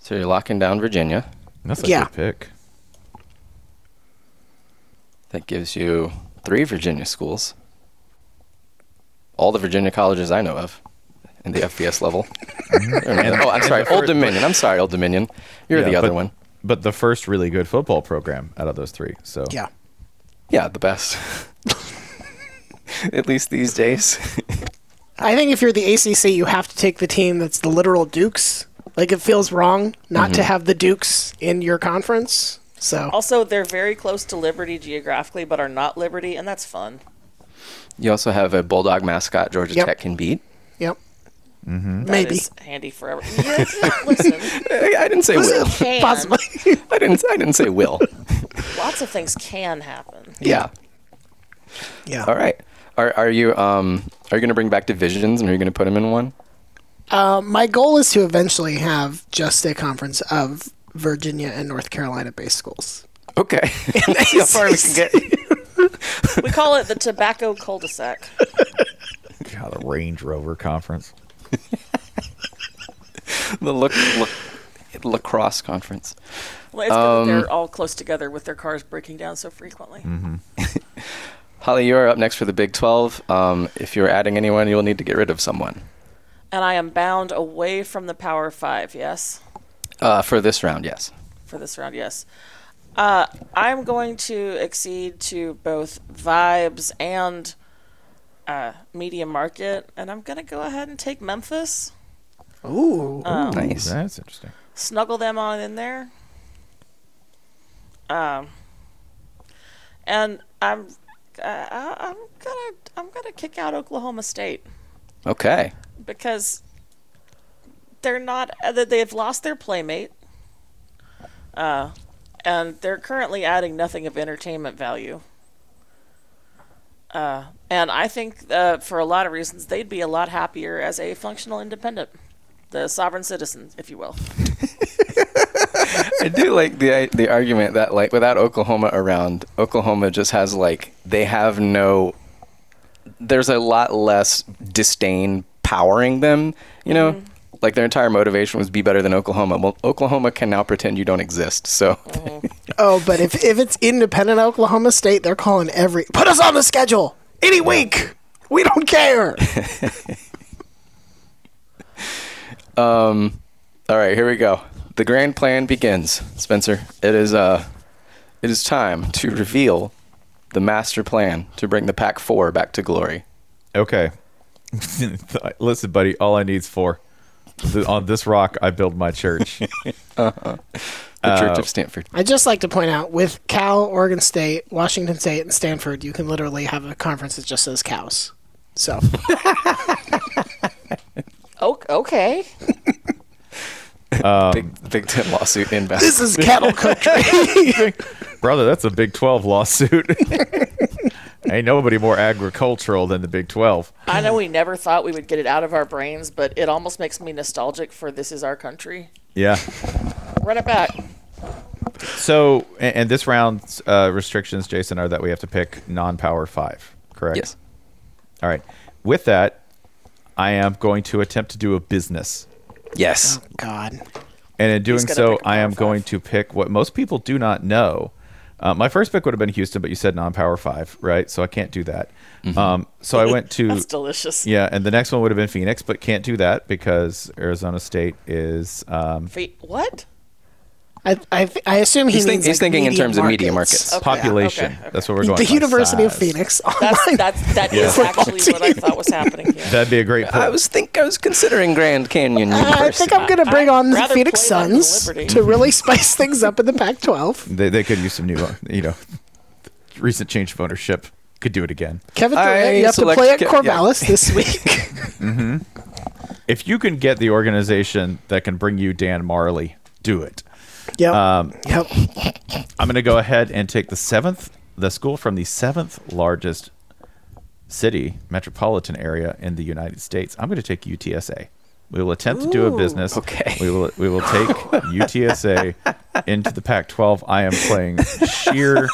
S3: So you're locking down Virginia.
S1: That's a
S5: Yeah.
S1: good pick.
S3: That gives you three Virginia schools. All the Virginia colleges I know of in the FBS level.
S1: Mm-hmm.
S3: oh, I'm sorry. Old Dominion. I'm sorry, Old Dominion. You're
S1: Yeah,
S3: the other
S1: but-
S3: one.
S1: But the first really good football program out of those three. So
S5: Yeah.
S3: Yeah, the best. At least these days.
S5: I think if you're the ACC, you have to take the team that's the literal Dukes. Like it feels wrong not to
S3: Mm-hmm.
S5: have the Dukes in your conference. So
S2: Also, they're very close to Liberty geographically, but are not Liberty, and that's fun.
S3: You also have a Bulldog mascot Georgia
S5: Yep.
S3: Tech can beat.
S5: yep,
S3: Mm-hmm.
S2: That
S5: Maybe.
S2: is handy forever. Yeah, listen,
S3: I, I didn't say will.
S2: can.
S5: possibly.
S3: I didn't I didn't say will.
S2: Lots of things can happen.
S3: Yeah.
S5: yeah.
S3: All right. Are are you um are you going to bring back divisions and are you going to put them in one?
S5: Um, My goal is to eventually have just a conference of Virginia and North Carolina based schools.
S3: Okay. See how far we can get.
S2: We call it the tobacco cul-de-sac.
S1: God, the Range Rover Conference.
S3: the look, lacrosse conference.
S2: Well, it's good that they're all close together with their cars breaking down so frequently.
S3: Holly, you are up next for the Big 12. Um, if you're adding anyone, you'll need to get rid of someone
S2: And I am bound away from the Power Five, yes?
S3: uh, for this round. Yes.
S2: For this round, yes. Uh, I'm going to accede to both vibes and uh, media market, and I'm going to go ahead and take Memphis,
S5: Ooh.
S3: nice.
S1: That's interesting.
S2: snuggle them on in there. Um, and I'm. Uh, I- I'm gonna I'm gonna kick out Oklahoma State.
S3: Okay.
S2: because they're not uh, that they've lost their playmate uh, and they're currently adding nothing of entertainment value uh, and i think uh, for a lot of reasons they'd be a lot happier as a functional independent the sovereign citizen if you will
S3: I do like the the argument that like without Oklahoma around, Oklahoma just has like they have no. There's a lot less disdain powering them. You know. Like their entire motivation was be better than Oklahoma. Well, Oklahoma can now pretend you don't exist. So
S5: Oh, but if, if it's independent Oklahoma State, they're calling every put us on the schedule any week. We don't care.
S3: All right, here we go. The grand plan begins, Spencer. It is uh, it is time to reveal the master plan to bring the Pack Four back to glory.
S1: Okay. Listen, buddy, all I need's four. Th- On this rock, I build my church.
S3: The Church of Stanford.
S5: I'd just like to point out with Cal, Oregon State, Washington State, and Stanford, you can literally have a conference that just says cows. So
S2: okay
S3: big, big Ten lawsuit in
S5: This
S3: basketball.
S5: is cattle country.
S6: Brother, that's a Big 12 lawsuit. Ain't nobody more agricultural than the Big 12.
S2: I know we never thought we would get it out of our brains, but it almost makes me nostalgic for This Is Our Country.
S6: Yeah.
S2: Run it back.
S6: So, and, and this round's uh, restrictions, Jason, are that we have to pick non power five, correct?
S3: Yes.
S6: All right. With that, I am going to attempt to do a business.
S3: Yes.
S5: God.
S6: And in doing
S2: gonna
S6: so,
S2: pick a
S6: I
S2: power
S6: am
S2: five.
S6: going to pick what most people do not know. Uh, my first pick would have been Houston, but you said non power five, right? So I can't do that. Um, so I went to.
S2: That's delicious.
S6: Yeah, and the next one would have been Phoenix, but can't do that because Arizona State is. Um,
S2: Fe- What?
S5: I, I, I assume he
S3: He's, think,
S5: means,
S3: he's
S5: like,
S3: thinking in
S5: media
S3: terms of media markets.
S2: Okay,
S6: population.
S2: okay, okay.
S6: That's what we're going.
S5: The
S6: by.
S5: University of
S6: Size.
S5: Phoenix. Oh
S2: That's, that's, that is
S5: Football
S2: actually what I
S5: team.
S2: thought was happening here.
S6: That'd be a great. Pull.
S3: I was think I was considering Grand Canyon University.
S5: I think I'm going to bring
S2: I'd
S5: on the
S2: rather
S5: Phoenix
S2: play that than
S5: Suns
S2: Liberty.
S5: to really spice things up in the Pac 12.
S6: They, they could use some new, uh, you know, recent change of ownership. Could do it again.
S5: Kevin
S3: I
S5: Durant, you have to
S3: select
S5: play at
S3: Kev- yeah.
S5: Corvallis this week.
S6: If you can get the organization that can bring you Dan Marley, do it.
S5: yep. yep.
S6: I'm going to go ahead and take the seventh, the school from the seventh largest city metropolitan area in the United States. I'm going to take UTSA. We will attempt to do a business.
S3: okay.
S6: We will we will take UTSA into the Pac-12. I am playing sheer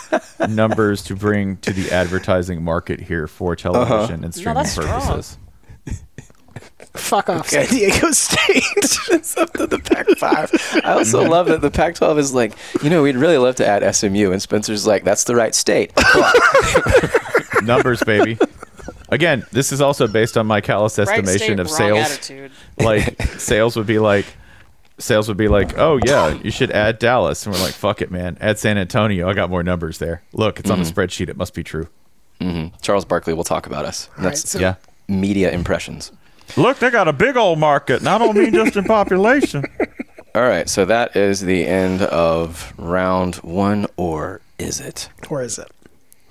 S6: numbers to bring to the advertising market here for television and streaming
S2: that's strong.
S6: purposes.
S5: Fuck off, San Diego State.
S3: the Pac 5. I also love that the Pac 12 is like, you know, we'd really love to add SMU. And Spencer's like, that's the right state.
S6: Numbers, baby. Again, this is also based on my callous
S2: Right
S6: estimation
S2: state,
S6: of
S2: wrong
S6: sales.
S2: attitude.
S6: like sales would be like sales would be like oh yeah you should add dallas and we're like fuck it man add san antonio i got more numbers there look it's on the spreadsheet it must be true
S3: Charles Barkley will talk about us. And that's
S5: so-
S6: yeah
S3: media impressions.
S6: look they got a big old market and i don't mean just in population
S3: All right. So that is the end of round one, or is it?
S5: Where is it?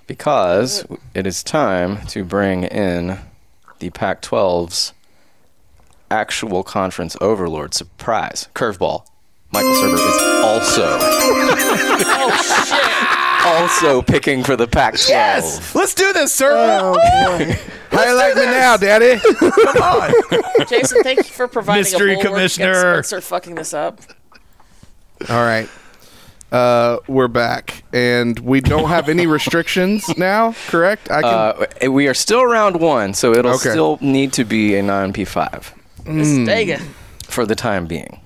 S3: Because it is time to bring in the Pac 12's actual conference overlord surprise curveball. Michael Serber is also
S2: Oh,
S3: also picking for the Pac 12.
S4: Let's do this, sir. Oh. How you like me now, Daddy?
S2: shit. Jason, thank you for providing
S6: Mystery
S2: a bulwark against
S6: commissioner.
S2: Spencer fucking this up.
S4: All right. Uh, we're back, and we don't have any restrictions now. Correct? I can.
S3: Uh, we are still round one, so it'll
S4: Okay.
S3: still need to be a non P5
S2: This
S6: Hmm.
S2: is Daga.
S3: for the time being.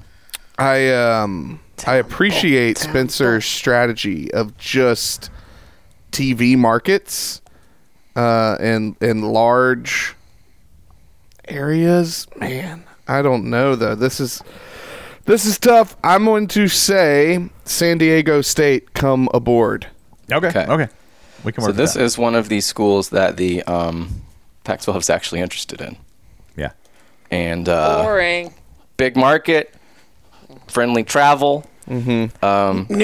S4: I um. I appreciate Spencer's strategy of just TV markets, uh, and and large areas. Man, I don't know though. This is this is tough. I'm going to say San Diego State, come aboard.
S6: okay okay,
S3: Okay.
S6: we can
S3: So
S6: work
S3: this
S6: is
S3: is one of the schools that the um, Pac 12 is actually interested in.
S6: yeah
S3: And uh,
S2: Boring.
S3: big market, friendly travel.
S5: New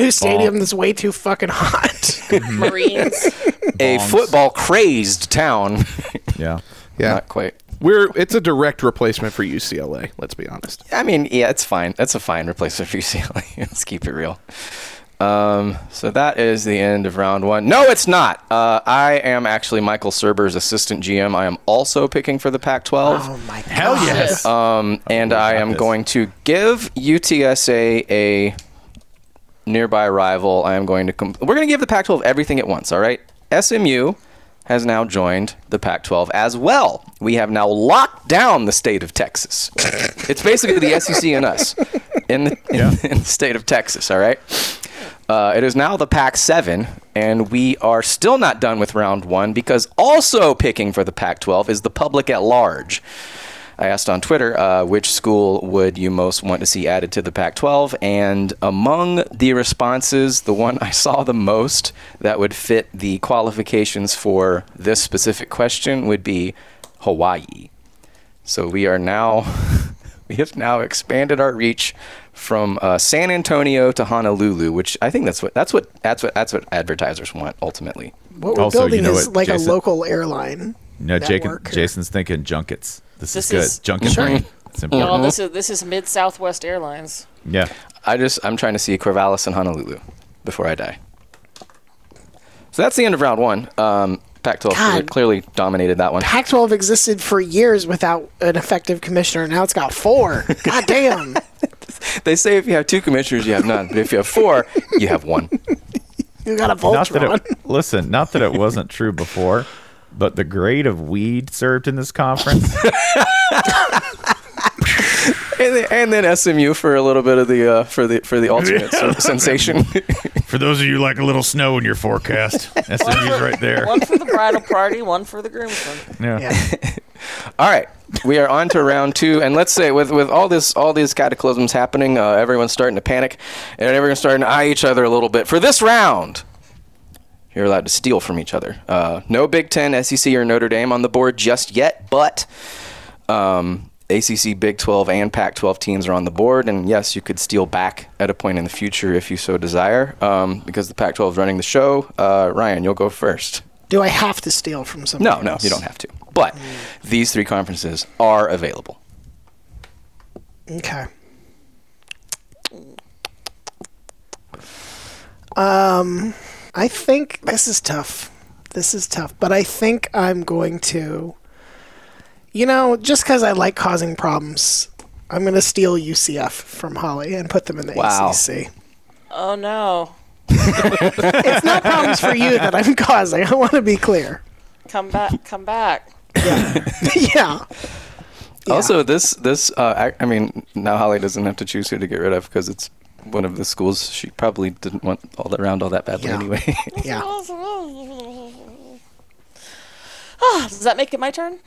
S5: stadium that's way too fucking hot.
S6: hmm.
S2: Marines.
S3: A
S6: Bongs.
S3: football crazed town.
S6: yeah
S4: Yeah,
S3: Not quite.
S4: We're it's a direct replacement for UCLA. Let's be honest.
S3: I mean, yeah, it's fine. That's a fine replacement for UCLA. Let's keep it real. Um, so that is the end of round one. No, it's not. Uh, I am actually Michael Serber's assistant GM. I am also picking for the Pac-12,
S5: oh my God.
S6: hell yes
S3: and I
S6: got
S3: am
S6: this.
S3: going to give UTSA a nearby rival. I am going to. Com- We're going to give the Pac-12 everything at once. All right. SMU has now joined the Pac-12 as well. We have now locked down the state of Texas. it's basically the SEC and us in the, in, in the state of Texas. All right. Uh, it is now the Pac-7, and we are still not done with round one because also picking for the Pac-12 is the public at large. I asked on Twitter uh, which school would you most want to see added to the Pac 12, and among the responses, the one I saw the most that would fit the qualifications for this specific question would be Hawaii. So we are now, we have now expanded our reach from uh, San Antonio to Honolulu, which I think that's what that's what that's what that's what advertisers want ultimately.
S5: What we're
S6: Also, you
S5: building
S6: know
S5: is
S6: what,
S5: like
S6: Jason?
S5: a local airline.
S6: no
S5: That
S6: Jacob,
S5: work.
S6: jason's thinking junkets this,
S2: This
S6: is good
S2: is-
S6: junket brain. It's
S2: Y'all,
S6: important.
S2: this is this is Mid Southwest Airlines.
S1: Yeah.
S3: I just I'm trying to see Corvallis and Honolulu before I die. So that's the end of round one. Um, Pac-12 clearly,
S5: God.
S3: clearly dominated that one.
S5: Pac 12 existed for years without an effective commissioner. Now it's got four. God damn.
S3: They say if you have two commissioners, you have none, but if you have four, you have one.
S5: You got a
S1: Not that
S5: Voltron.
S1: it, listen, not that it wasn't true before, but the grade of weed served in this conference.
S3: And then, and then SMU for a little bit of the uh, for the for the ultimate sort of sensation.
S1: For those of you who like a little snow in your forecast, SMU's right there.
S2: One for the bridal party, one for the groomsmen.
S1: Yeah.
S3: all right, we are on to round two, and let's say with with all this all these cataclysms happening, uh, everyone's starting to panic, and everyone's starting to eye each other a little bit. For this round, you're allowed to steal from each other. Uh, no Big Ten, SEC, or Notre Dame on the board just yet, but um, ACC, Big 12, and Pac 12 teams are on the board. And yes, you could steal back at a point in the future if you so desire, um, because the Pac 12 is running the show. Uh, Ryan, you'll go first.
S5: Do I have to steal from somebody?
S3: No, no,
S5: else?
S3: you don't have to. But these three conferences are available.
S5: Okay. Um, Um, I think this is tough. This is tough, but I think I'm going to. You know, just because I like causing problems, I'm going to steal UCF from Holly and put them in the
S3: Wow.
S5: ACC.
S2: Oh no.
S5: It's not problems for you that I'm causing. I want to be clear.
S2: Come back, come back.
S5: yeah. Yeah.
S3: Also, this this uh, I, I mean, now Holly doesn't have to choose who to get rid of because it's one of the schools she probably didn't want all that round all that badly
S5: Yeah.
S3: anyway.
S2: Uh,
S5: Yeah.
S2: Ah, does that make it my turn?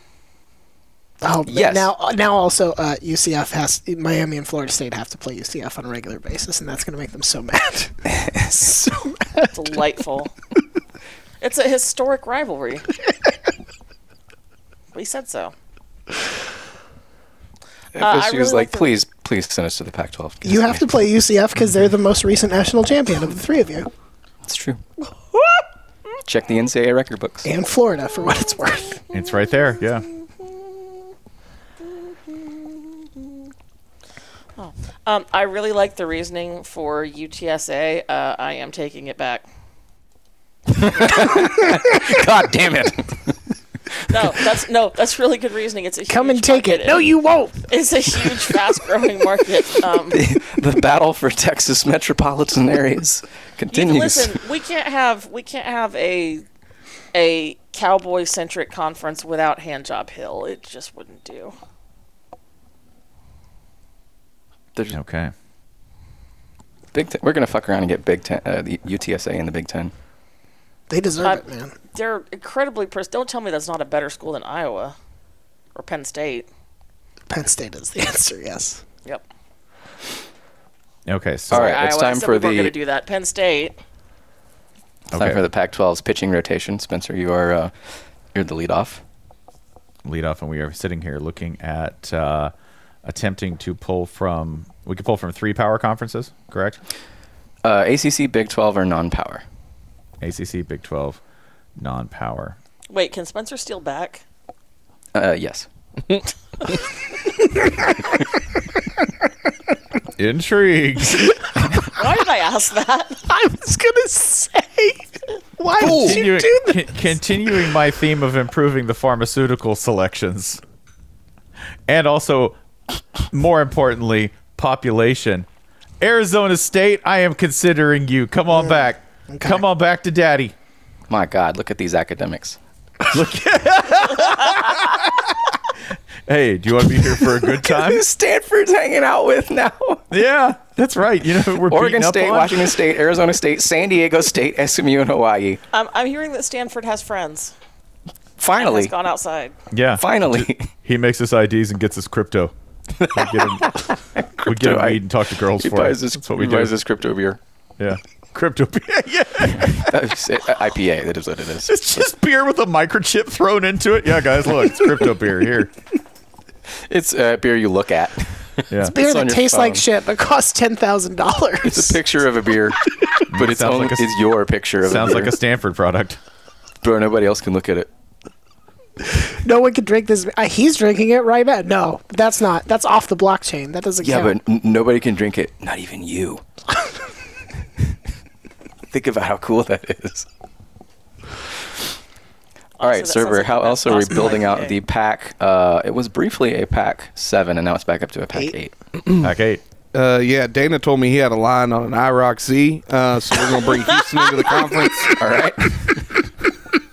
S5: Oh, but
S3: Yes.
S5: Now, now also uh, UCF has Miami and Florida State have to play UCF on a regular basis, and that's going to make them so mad. so mad.
S2: Delightful. it's a historic rivalry. we said so. Uh,
S3: But
S2: I
S3: she was
S2: really
S3: like,
S2: like the-
S3: please, please send us to the Pac-12.
S5: You have to play UCF because they're the most recent national champion of the three of you,
S3: It's true. Check the NCAA record books.
S5: and Florida for what it's worth.
S1: It's right there. Yeah.
S2: Um, I really like the reasoning for UTSA. Uh, I am taking it back.
S3: God damn it!
S2: No, that's no, that's really good reasoning. It's a
S5: Come
S2: huge
S5: and take
S2: market.
S5: it. No, you won't.
S2: It's a huge, fast-growing market. Um,
S3: the battle for Texas metropolitan areas
S2: you-
S3: continues.
S2: listen, we can't have we can't have a a cowboy-centric conference without Handjob Hill. It just wouldn't do.
S3: There's
S1: Okay.
S3: Big Ten. We're gonna fuck around and get Big Ten, uh, the UTSA and the Big Ten.
S5: They deserve
S2: Uh,
S5: it, man.
S2: They're incredibly. Pres- Don't tell me that's not a better school than Iowa or Penn State.
S5: Penn State is the answer. Yes.
S2: Yep.
S1: Okay. So
S3: All right, it's
S2: Iowa. I
S3: time
S2: said
S3: for
S2: we We're
S3: the-
S2: going to do that. Penn State.
S3: It's
S1: Okay.
S3: Time for the Pac-12's pitching rotation. Spencer, you are uh, you're the lead off.
S1: lead off, and we are sitting here looking at uh, attempting to pull from. We could pull from three power conferences, correct?
S3: Uh, ACC, Big 12, or non-power.
S1: ACC, Big Twelve, non-power.
S2: Wait, can Spencer steal back?
S3: Uh, yes.
S1: Intrigue.
S2: Why did I ask that?
S5: I was gonna say, why did you
S1: continuing,
S5: do this?
S1: con- continuing my theme of improving the pharmaceutical selections, and also, more importantly, population. Arizona State, I am considering you. Come on back. Come on back to daddy.
S3: My God, look at these academics.
S1: Hey, do you want to be here for a good time?
S3: Stanford's hanging out with now.
S1: yeah, that's right. You know who we're
S3: Oregon
S1: beating up
S3: State,
S1: on?
S3: Washington State, Arizona State, San Diego State, SMU, and Hawaii.
S2: I'm, I'm hearing that Stanford has friends. Has
S3: Finally,
S2: gone outside.
S1: Yeah,
S3: finally.
S1: he makes us IDs and gets us crypto. We get him, we get him
S3: I-
S1: weed and talk to girls
S3: He
S1: for
S3: buys
S1: it.
S3: this-
S1: that's what
S3: he
S1: we do.
S3: buys this crypto beer.
S1: Yeah, crypto. yeah.
S3: That's it, IPA. That is what it is.
S1: It's just beer with a microchip thrown into it. Yeah, guys, look, it's crypto beer here.
S3: It's uh, beer you look at.
S1: Yeah,
S5: Beer
S3: on
S5: that
S3: your
S5: tastes
S3: phone.
S5: like shit but costs ten thousand dollars.
S3: It's a picture of a beer, but it's
S1: Sounds
S3: only
S1: like a-
S3: it's your picture of
S1: sounds
S3: a beer.
S1: like a Stanford product.
S3: bro. Nobody else can look at it.
S5: no one can drink this. Uh, he's drinking it right now. No, that's not. That's off the blockchain. That doesn't
S3: Yeah,
S5: count.
S3: but n- nobody can drink it. Not even you. Think about how cool that is. All right,
S2: that sounds
S3: server.
S2: like
S3: How
S2: the
S3: else
S2: best
S3: are we
S2: possible
S3: building out
S2: IPA.
S3: the pack? Uh, it was briefly a pack seven, and now it's back up to a pack
S5: Eight.
S3: eight.
S1: Pack eight.
S4: Uh, yeah, Dana told me he had a line on an IROC Z, uh, so we're gonna bring Houston into the conference.
S3: All right.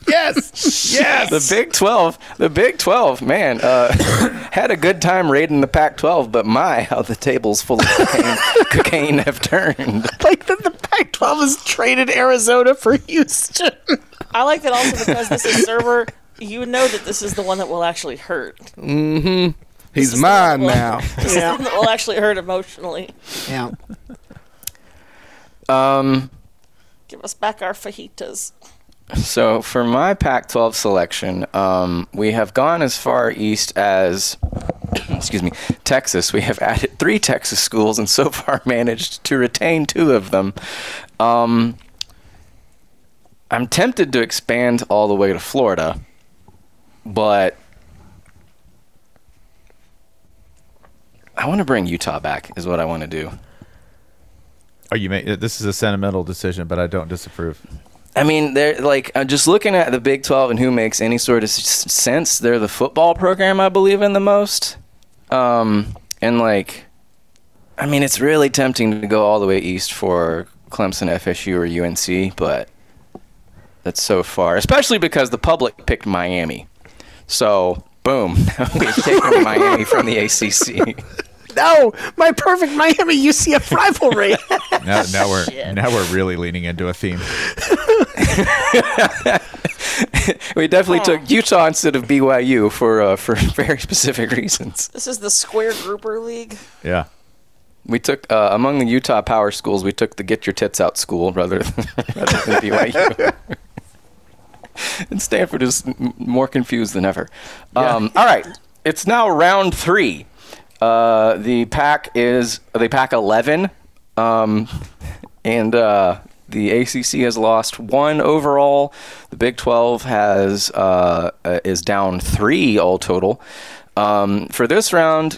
S1: Yes.
S3: The
S1: yes.
S3: Big 12, the Big 12, man, uh, had a good time raiding the Pac 12, but my, how the tables full of cocaine, cocaine have turned.
S5: like that, the Pac-12 has traded Arizona for Houston.
S2: I like that also because this is server. You know that this is the one that will actually hurt.
S4: He's mine now.
S2: This is the one that will actually hurt emotionally.
S5: yeah.
S3: Um,
S2: Give us back our fajitas.
S3: so for my Pac 12 selection, um, we have gone as far east as, excuse me, Texas. We have added three Texas schools and so far managed to retain two of them. Um, I'm tempted to expand all the way to Florida, but I want to bring Utah back. Is what I want to do.
S1: Are you? Ma- uh, this is a sentimental decision, but I don't disapprove.
S3: I mean, they're like I'm just looking at the Big 12 and who makes any sort of s- sense. They're the football program I believe in the most, um, and like, I mean, it's really tempting to go all the way east for Clemson, FSU, or UNC, but that's so far, especially because the public picked Miami. So, boom, we've taken Miami from the ACC.
S5: No, my perfect Miami UCF rivalry.
S1: Now, now we're now we're really leaning into a theme.
S3: We definitely took Utah instead of BYU for uh, for very specific reasons.
S2: This is the square grouper league.
S1: Yeah.
S3: We took uh, among the Utah power schools. We took the get your tits out school rather than, rather than BYU. and Stanford is m- more confused than ever. Um, all right, it's now round three. Uh, the pack is the pack eleven, um, and uh, the ACC has lost one overall. The Big Twelve has uh, uh, is down three all total. Um, for this round,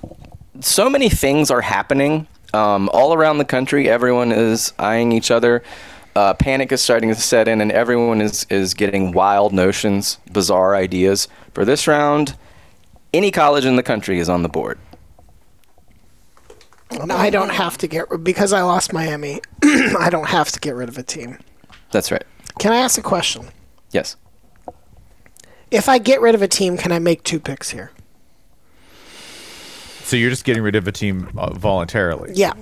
S3: so many things are happening um, all around the country. Everyone is eyeing each other. Uh, panic is starting to set in, and everyone is, is getting wild notions, bizarre ideas. For this round, any college in the country is on the board.
S5: no, I don't have to get because I lost Miami. I don't have to get rid of a team.
S3: That's right.
S5: Can I ask a question?
S3: Yes.
S5: If I get rid of a team, can I make two picks here?
S1: So you're just getting rid of a team uh, voluntarily.
S5: Yeah,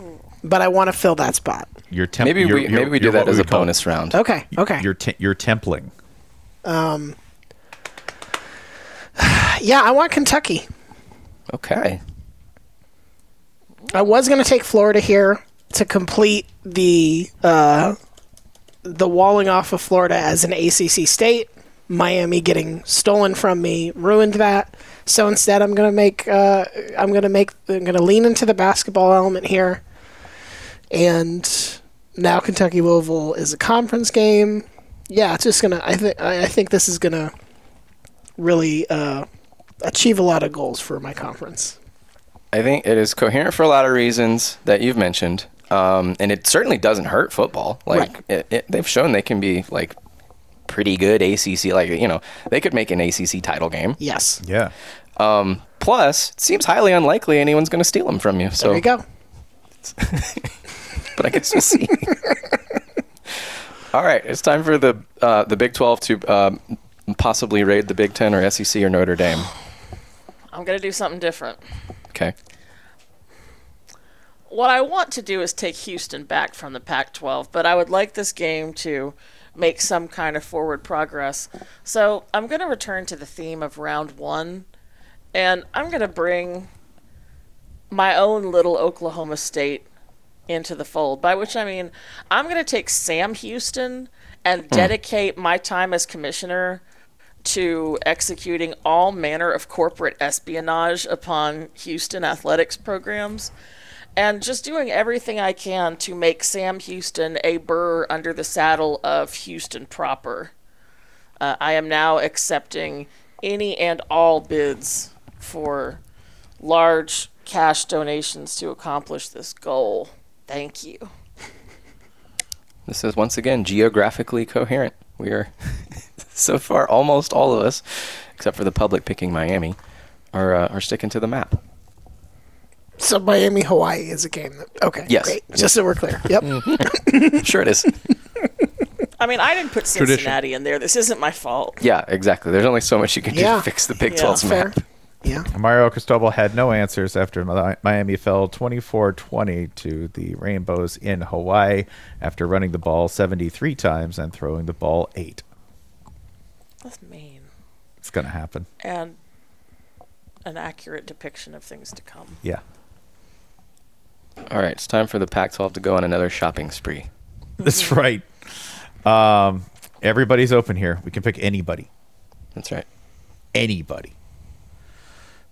S5: but I want to fill that spot.
S1: You're temp-
S3: Maybe
S1: you're-
S3: we
S1: you're-
S3: maybe we do
S1: you're
S3: that
S1: what
S3: as a
S1: would call-
S3: bonus round.
S5: Okay, okay.
S1: You're te- you're templing.
S5: yeah, I want Kentucky.
S3: Okay.
S5: I was going to take Florida here to complete the uh, the walling off of Florida as an ACC state. Miami getting stolen from me ruined that. So instead, I'm going to make uh, I'm going to make I'm going to lean into the basketball element here, and now Kentucky Louisville is a conference game. Yeah, it's just gonna. I think I I think this is gonna really uh, achieve a lot of goals for my conference.
S3: I think it is coherent for a lot of reasons that you've mentioned, um, and it certainly doesn't hurt football. Like
S5: Right.
S3: it, it, they've shown they can be like pretty good ACC. Like you know, they could make an ACC title game.
S5: Yes,
S1: Yeah.
S3: Um, plus, it seems highly unlikely anyone's going to steal them from you. So,
S5: there you go.
S3: but I guess we'll see. All right, it's time for the uh, the Big Twelve to um, possibly raid the Big Ten or SEC or Notre Dame.
S2: I'm gonna do something different.
S3: Okay.
S2: What I want to do is take Houston back from the Pac-12, but I would like this game to make some kind of forward progress. So I'm gonna return to the theme of round one, and I'm gonna bring my own little Oklahoma State into the fold. By which I mean, I'm going to take Sam Houston and dedicate my time as commissioner to executing all manner of corporate espionage upon Houston athletics programs and just doing everything I can to make Sam Houston a burr under the saddle of Houston proper. Uh, I am now accepting any and all bids for large cash donations to accomplish this goal. Thank you.
S3: This is once again geographically coherent. We are so far almost all of us, except for the public picking Miami, are uh, are sticking to the map.
S5: So Miami, Hawaii is a game. That, okay.
S3: Yes. Mm-hmm.
S5: Great. Just so we're clear. Yep.
S3: Sure it is.
S2: I mean, I didn't put Cincinnati in there. This isn't my fault.
S3: yeah, exactly. There's only so much you can do
S5: Yeah.
S3: to fix the Big
S2: Yeah,
S3: 12's
S5: Fair.
S3: map.
S5: Yeah.
S1: Mario Cristobal had no answers after Mi- Miami fell 24-20 to the Rainbows in Hawaii after running the ball 73 times and throwing the ball 8.
S2: That's mean
S1: It's going to happen.
S2: and an accurate depiction of things to come.
S1: Yeah.
S3: All right, it's time for the Pac-12 to go on another shopping spree.
S1: That's right. Um, everybody's open here. We can pick anybody.
S3: That's right.
S1: Anybody.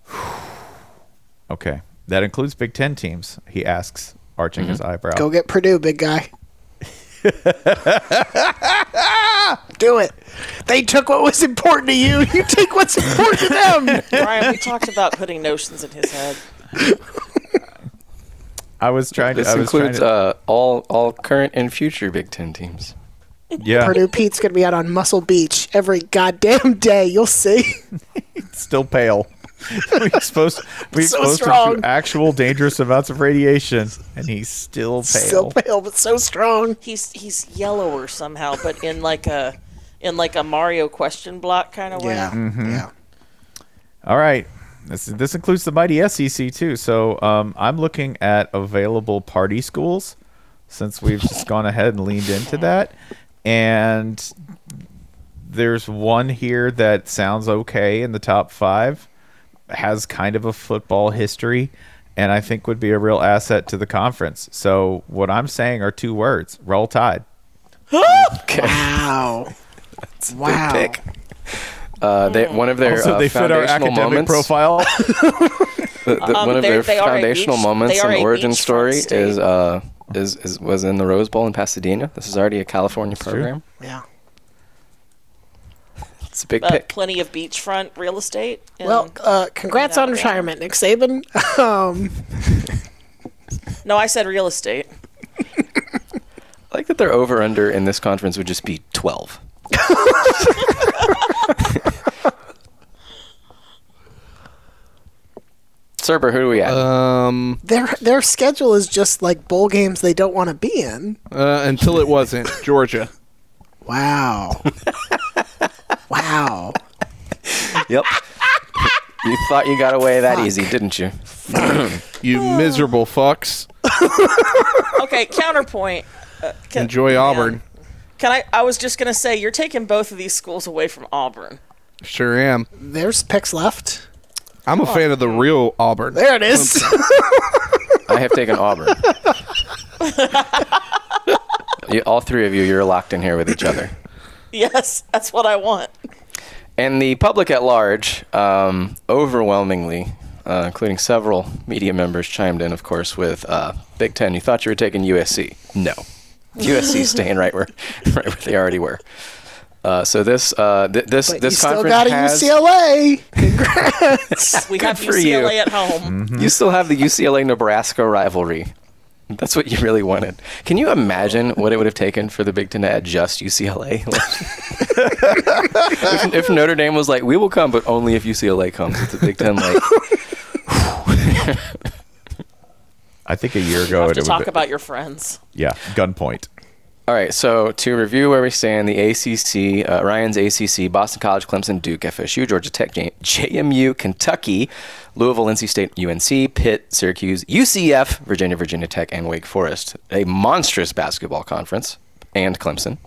S1: okay. That includes Big 10 teams. He asks, arching his eyebrow.
S5: Go get Purdue, big guy. Do it. They took what was important to you. You take what's important to them.
S2: Brian, we talked about putting notions in his head.
S1: I was trying to
S3: This
S1: I was trying
S3: includes
S1: to-
S3: uh, all all current and future Big Ten teams.
S1: yeah,
S5: Purdue Pete's gonna be out on Muscle Beach every goddamn day. You'll see.
S1: still pale. we exposed we
S5: So
S1: exposed him
S5: strong.
S1: to actual dangerous amounts of radiation and he's still pale.
S5: Still pale, but so strong.
S2: He's he's yellower somehow, but in like a in like a Mario question block kind of way.
S5: Yeah.
S3: Mm-hmm.
S5: Yeah.
S1: All right. This, this includes the mighty SEC too. So um, I'm looking at available party schools since we've just gone ahead and leaned into that. And there's one here that sounds okay in the top five, has kind of a football history, and I think would be a real asset to the conference. So what I'm saying are two words roll tide.
S5: Wow. wow.
S3: pick. Uh, they,
S5: Mm.
S3: one of their
S1: Also,
S3: uh,
S1: they fit our
S3: foundational
S1: academic
S3: moments.
S1: profile.
S3: the- the-
S2: Um,
S3: one of
S2: they-
S3: their
S2: they are a
S3: foundational
S2: beach-
S3: moments
S2: they are
S3: and
S2: a
S3: origin
S2: beachfront
S3: story
S2: state.
S3: is uh is, is was in the Rose Bowl in Pasadena. This is already a California program.
S5: Yeah.
S3: It's a big
S2: Uh,
S3: pick.
S2: plenty of beachfront real estate. and-
S5: Well, uh, congrats on retirement, Nick Saban. Um,
S2: no, I said real estate.
S3: I like that their over under in this conference would just be twelve. Serber, who do we have?
S4: Um,
S5: their their schedule is just like bowl games they don't want to be in.
S4: uh, until it wasn't Georgia.
S5: Wow. wow.
S3: yep. you thought you got away that easy, didn't you?
S4: You
S2: Oh.
S4: miserable fucks.
S2: Okay, counterpoint. Uh, can,
S4: Enjoy Auburn.
S2: Can I? I was just gonna say you're taking both of these schools away from Auburn.
S4: Sure am.
S5: There's picks left.
S4: I'm a fan of the real Auburn. Um,
S5: There it is.
S3: I have taken Auburn. you, all three of you, you're locked in here with each other.
S2: Yes, that's what I want.
S3: And the public at large, um, overwhelmingly, uh, including several media members, chimed in, of course, with uh, Big Ten. You thought you were taking USC? No, USC staying right where, right where they already were. Uh, so this, uh, th- this,
S5: But
S3: this
S5: you still
S3: conference
S5: got a
S3: has-
S5: UCLA.
S2: We have
S3: for
S2: UCLA
S3: you. Mm-hmm.
S2: at home.
S3: You still have the UCLA Nebraska rivalry. That's what you really wanted. Can you imagine what it would have taken for the Big Ten to add just UCLA? if, if Notre Dame was like, "We will come, but only if UCLA comes," with the Big Ten like,
S1: I think a year ago
S2: have
S1: it
S2: to
S1: would
S2: talk
S1: be-
S2: about your friends.
S1: yeah, gunpoint.
S3: All right, so to review where we stand, the ACC, uh, Ryan's ACC, Boston College, Clemson, Duke, FSU, Georgia Tech, J- JMU, Kentucky, Louisville, NC State, UNC, Pitt, Syracuse, UCF, Virginia, Virginia Tech, and Wake Forest. A monstrous basketball conference, and Clemson.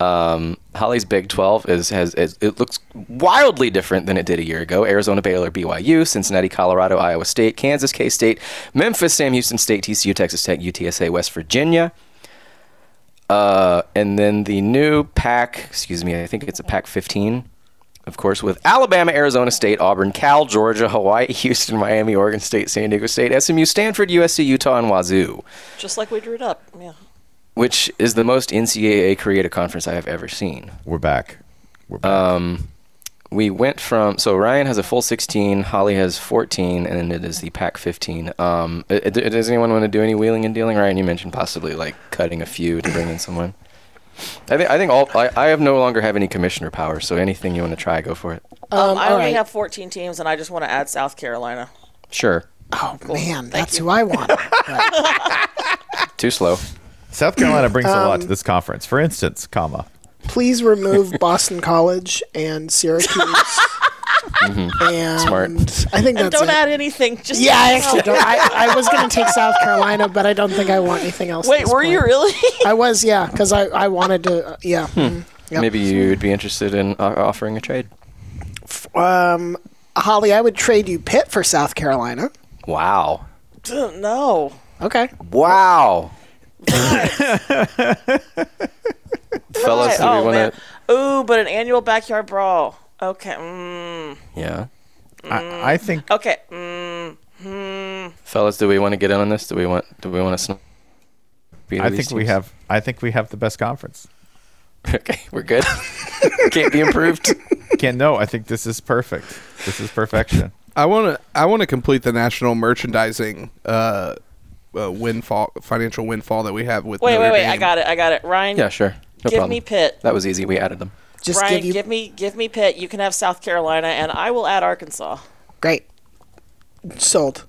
S3: Um, Holly's Big 12 is has is, it looks wildly different than it did a year ago. Arizona, Baylor, BYU, Cincinnati, Colorado, Iowa State, Kansas, K State, Memphis, Sam Houston State, TCU, Texas Tech, UTSA, West Virginia. Uh, and then the new pack, excuse me, I think it's a pack 15, of course, with Alabama, Arizona State, Auburn, Cal, Georgia, Hawaii, Houston, Miami, Oregon State, San Diego State, SMU, Stanford, USC, Utah, and Wazoo,
S2: Just like we drew it up. Yeah.
S5: Um,
S3: which is the most NCAA created conference I have ever seen.
S1: We're back. We're back.
S3: we went from so Ryan has a full 16, Holly has 14, and it is the pack 15. Um, i- i- does anyone want to do any wheeling and dealing? Ryan, you mentioned possibly like cutting a few to bring in someone. I think I think all I, I have no longer have any commissioner power, so anything you want to try, go for it.
S2: Um, I
S5: all
S2: only
S5: right.
S2: have 14 teams, and I just want to add South Carolina.
S3: Sure.
S5: Oh man, that's who I want. But
S3: Too slow.
S1: South Carolina brings a lot to this conference. For instance, comma.
S5: please remove Boston College and Syracuse. And
S3: Smart.
S5: I think
S2: Mm-hmm. And
S5: that's
S2: don't
S5: it.
S2: add anything. Just
S5: yeah, I actually don't. I, I was gonna take South Carolina, but I don't think I want anything else. at
S2: Wait,
S5: this
S2: were you Hmm.
S5: point.
S2: really?
S5: I was, yeah, because I, I wanted to, uh, yeah. Mm. Yep.
S3: Maybe you'd be interested in o- offering a trade.
S5: Um, Holly, I would trade you Pitt for South Carolina.
S3: Wow.
S2: no.
S5: Okay.
S3: Wow.
S2: Right,
S3: Fellas, do we
S2: oh,
S3: want
S2: man.
S3: to?
S2: Ooh, but an annual backyard brawl. Okay. Mm,
S3: Yeah.
S1: I, I think
S2: okay. Mm,
S3: Fellas, do we want to get in on this? Do we want? Do we want to? Sn- beat
S1: I
S3: these
S1: think we
S3: teams?
S1: have I think we have the best conference.
S3: Okay, we're good. Can't be improved.
S1: Can't no, I think this is perfect. This is perfection.
S4: I want to I want to complete the national merchandising uh, uh windfall financial windfall that we have with
S2: wait,
S4: Notre
S2: wait, wait. I
S4: Dame.
S2: got it. I got it. Ryan,
S3: Yeah, sure. No
S2: give
S3: problem.
S2: me Pitt.
S3: That was easy. We added them.
S5: Just
S2: Ryan,
S5: give you
S2: me give me Pitt. You can have South Carolina, and I will add Arkansas.
S5: great. Sold.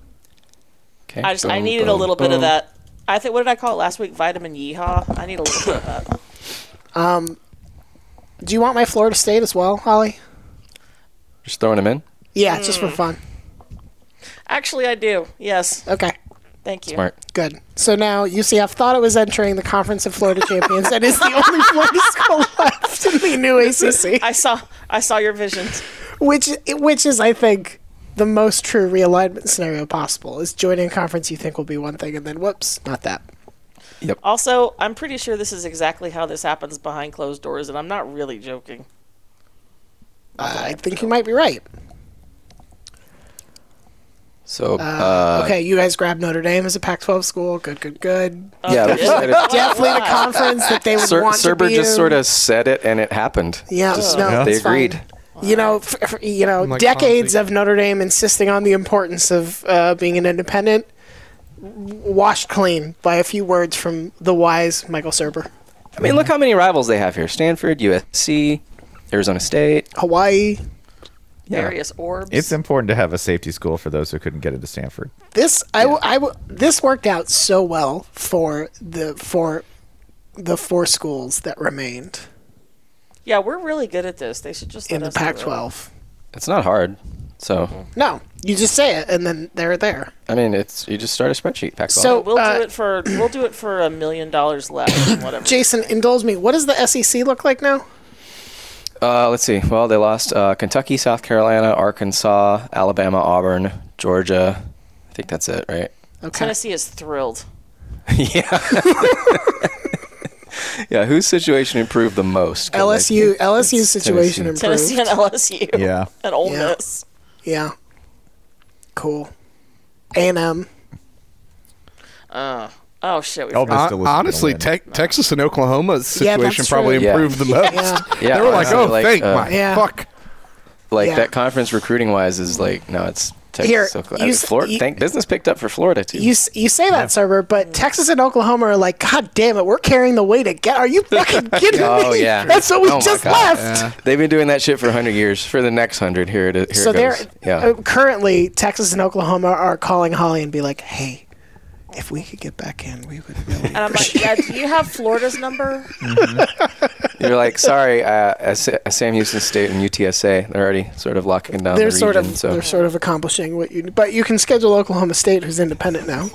S3: Okay.
S2: I just I
S3: boom,
S2: needed a
S3: boom,
S2: little bit
S3: boom.
S2: of that. I think what did I call it last week? Vitamin yeehaw. I need a little bit of that.
S5: Do you want my Florida State as well, Holly?
S3: Just throwing them in.
S5: Yeah, just for fun.
S2: Actually, I do. Yes.
S5: Okay.
S2: Thank you.
S3: Smart.
S5: Good. So now UCF thought it was entering the Conference of Florida Champions and is the only Florida school left in the new ACC,
S2: I saw I saw your visions.
S5: which which is, I think, the most true realignment scenario possible. Is joining a conference you think will be one thing and then whoops, not that.
S2: Also, I'm pretty sure this is exactly how this happens behind closed doors, and I'm not really joking.
S5: Uh, I think you might be right.
S3: So, uh,
S5: okay, you guys grabbed Notre Dame as a Pac-12 school. Good, good, good.
S3: yeah, we decided-
S5: Definitely the conference that they would
S3: Ser-
S5: want to
S3: Serber
S5: be
S3: just
S5: in.
S3: sort of said it, and it happened.
S5: Yeah,
S3: Just-
S5: no,
S3: they
S5: it's fine.
S3: agreed.
S5: You know, f- f- you know,
S4: like,
S5: decades
S4: honestly-
S5: of Notre Dame insisting on the importance of uh, being an independent, w- washed clean by a few words from the wise Michael Serber.
S3: I mean, look how many rivals they have here: Stanford, USC, Arizona State.
S5: Hawaii.
S2: Various orbs.
S1: It's important to have a safety school for those who couldn't get into Stanford.
S5: This I, w- I w- this worked out so well for the for the four schools that remained
S2: yeah, we're really good at this. They should just let
S5: in the
S2: us do it.
S5: Pac-12.
S3: It's not hard. So,
S5: No, you just say it, and then they're there.
S3: I mean, it's you just start a spreadsheet. Pack
S5: So-
S2: We'll
S5: Uh,
S2: do it for we'll do it for a million dollars less and whatever.
S5: Jason, indulge me. What does the SEC look like now?
S3: uh, let's see. Well, they lost uh, Kentucky, South Carolina, Arkansas, Alabama, Auburn, Georgia. I think that's it, right?
S5: Okay.
S2: Tennessee is thrilled.
S3: yeah. yeah. Whose situation improved the most? 'Cause I
S5: LSU
S3: think
S5: LSU's
S3: it's
S5: situation
S3: Tennessee.
S5: improved.
S2: Tennessee and LSU.
S1: Yeah.
S2: And Ole
S5: Yeah.
S2: Miss.
S5: Yeah. Cool. A and M.
S2: Oh shit, we
S1: Ole Miss
S2: forgot.
S4: Hon-
S1: still isn't gonna
S4: honestly,
S1: win.
S4: Tec- Texas and Oklahoma's
S5: Yeah, that's
S4: situation probably
S5: true.
S3: Yeah.
S4: improved the most.
S5: Yeah.
S3: Yeah,
S4: They were like,
S3: honestly,
S4: "Oh,
S3: like,
S4: thank
S3: uh,
S4: my
S5: Yeah.
S4: fuck."
S3: like
S5: Yeah.
S3: that conference recruiting wise is like no, it's Texas.
S5: Here,
S3: Oklahoma-
S5: you
S3: I mean,
S5: s-
S3: Florida.
S5: you-
S3: thank business picked up for Florida too.
S5: You s- you say that, server, but Texas and Oklahoma are like, God damn it, we're carrying the weight again. Are you fucking kidding
S3: Oh,
S5: me?
S3: yeah.
S5: That's what we
S3: Oh, my
S5: just
S3: God.
S5: left.
S3: They've been doing that shit for hundred years. For the next hundred, here it is. Here
S5: So
S3: it
S5: they're
S3: goes. Yeah.
S5: uh, currently Texas and Oklahoma are calling Holly and be like, Hey, if we could get back in, we would really
S2: And I'm like, Um, yeah, do you have Florida's number?
S3: You're like, sorry, uh, S- Sam Houston State and UTSA. They're already sort of locking down
S5: they're
S3: the
S5: sort
S3: region.
S5: of
S3: so
S5: they're sort of accomplishing what you but you can schedule Oklahoma State who's independent now.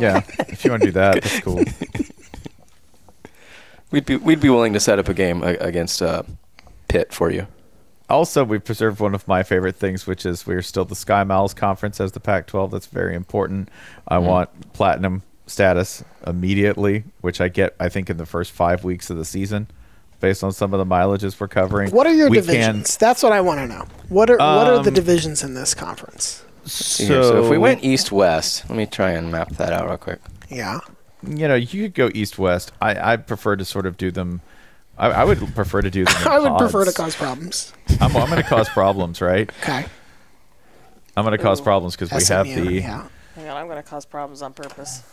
S1: Yeah. If you want to do that, that's cool.
S3: we'd be we'd be willing to set up a game a- against uh, Pitt for you.
S1: Also, we preserved one of my favorite things, which is we're still the Sky Miles Conference as the Pac 12. That's very important. I
S5: Mm.
S1: want platinum status immediately, which I get, I think, in the first five weeks of the season based on some of the mileages we're covering.
S5: What are your
S1: We can-
S5: divisions? That's what I want to know. What are what
S3: Um,
S5: are the divisions in this conference?
S1: So,
S3: So, so if we went east west, let me try and map that out real quick.
S5: Yeah.
S1: you know, you could go east west. I, I prefer to sort of do them I, I would prefer to do them. in
S5: I would prefer to
S1: pods.
S5: cause problems.
S1: I'm, I'm going to cause problems, right?
S5: Okay.
S1: I'm going to cause problems because we have
S5: SMU,
S1: the.
S5: yeah.
S2: Hang on, I'm gonna cause problems on purpose.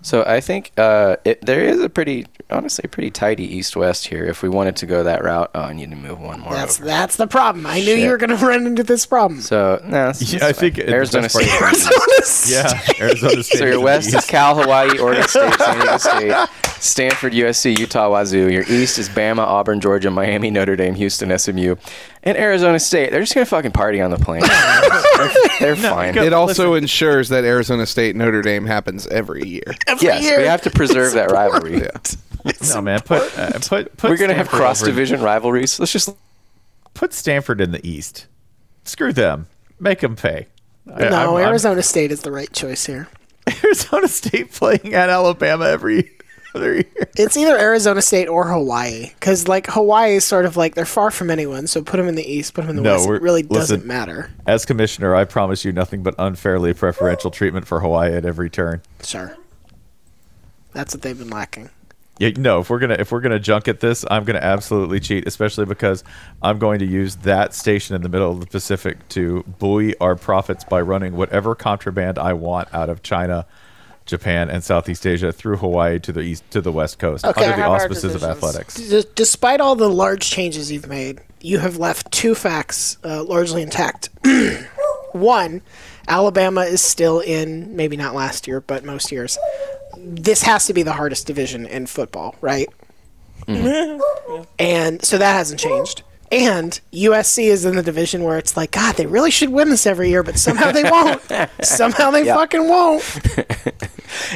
S3: So I think uh, it, there is a pretty, honestly, pretty tidy east-west here. If we wanted to go that route, oh, I need to move one more.
S5: That's
S3: over.
S5: that's the problem. I knew
S3: Shit.
S5: you were going to run into this problem.
S3: So no, that's,
S1: Yeah,
S3: that's
S1: I
S3: fine.
S1: think it-
S3: Arizona
S1: that's part
S3: State.
S1: of Yeah, Arizona State.
S3: so your west is Cal, Hawaii, Oregon State, San Diego State, Stanford, USC, Utah, Wazoo. Your east is Bama, Auburn, Georgia, Miami, Notre Dame, Houston, SMU, and Arizona State. They're just gonna fucking party on the plane. They're fine.
S1: go-
S4: It also ensures that Arizona State Notre Dame happens every year.
S5: Every
S3: Yes,
S5: year.
S3: we have to preserve that rivalry.
S1: No, man. Put, uh, put, put
S3: We're gonna have
S1: Stanford
S3: cross
S1: over-
S3: division rivalries. Let's just
S1: Put Stanford in the East. Screw them. Make them pay. I-
S5: no,
S1: I'm- I'm-
S5: Arizona State is the right choice here.
S1: Arizona State playing at Alabama every other year.
S5: It's either Arizona State or Hawaii, because like Hawaii is sort of like they're far from anyone. So put them in the East, put them in the
S1: No,
S5: West.
S1: we're-
S5: It really doesn't
S1: listen.
S5: matter.
S1: As commissioner, I promise you nothing but unfairly preferential treatment for Hawaii at every turn.
S5: Sure, that's what they've been lacking.
S1: Yeah, no, if we're gonna if we're gonna junk at this, I'm gonna absolutely cheat, especially because I'm going to use that station in the middle of the Pacific to buoy our profits by running whatever contraband I want out of China, Japan, and Southeast Asia through Hawaii to the east to the west coast
S5: Okay,
S1: under the
S2: how are our
S1: auspices of
S2: divisions?
S1: athletics.
S5: D- despite all the large changes you've made, you have left two facts uh, largely intact. One, Alabama is still in, maybe not last year, but most years. This has to be the hardest division in football, right? and so that hasn't changed. And USC is in the division where it's like, God, they really should win this every year, but somehow they won't. somehow they fucking won't.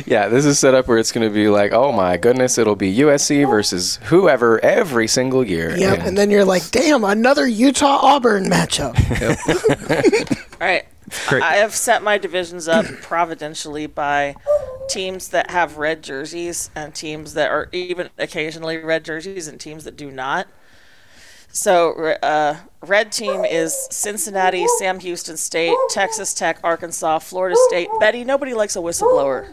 S3: Yeah, this is set up where it's going to be like, oh my goodness, it'll be USC versus whoever every single year.
S5: Yep. And then you're like, damn, another Utah Auburn matchup.
S2: All right. I have set my divisions up providentially by teams that have red jerseys and teams that are even occasionally red jerseys and teams that do not. So, re- uh, red team is Cincinnati, Sam Houston State, Texas Tech, Arkansas, Florida State. Betty, nobody likes a whistleblower.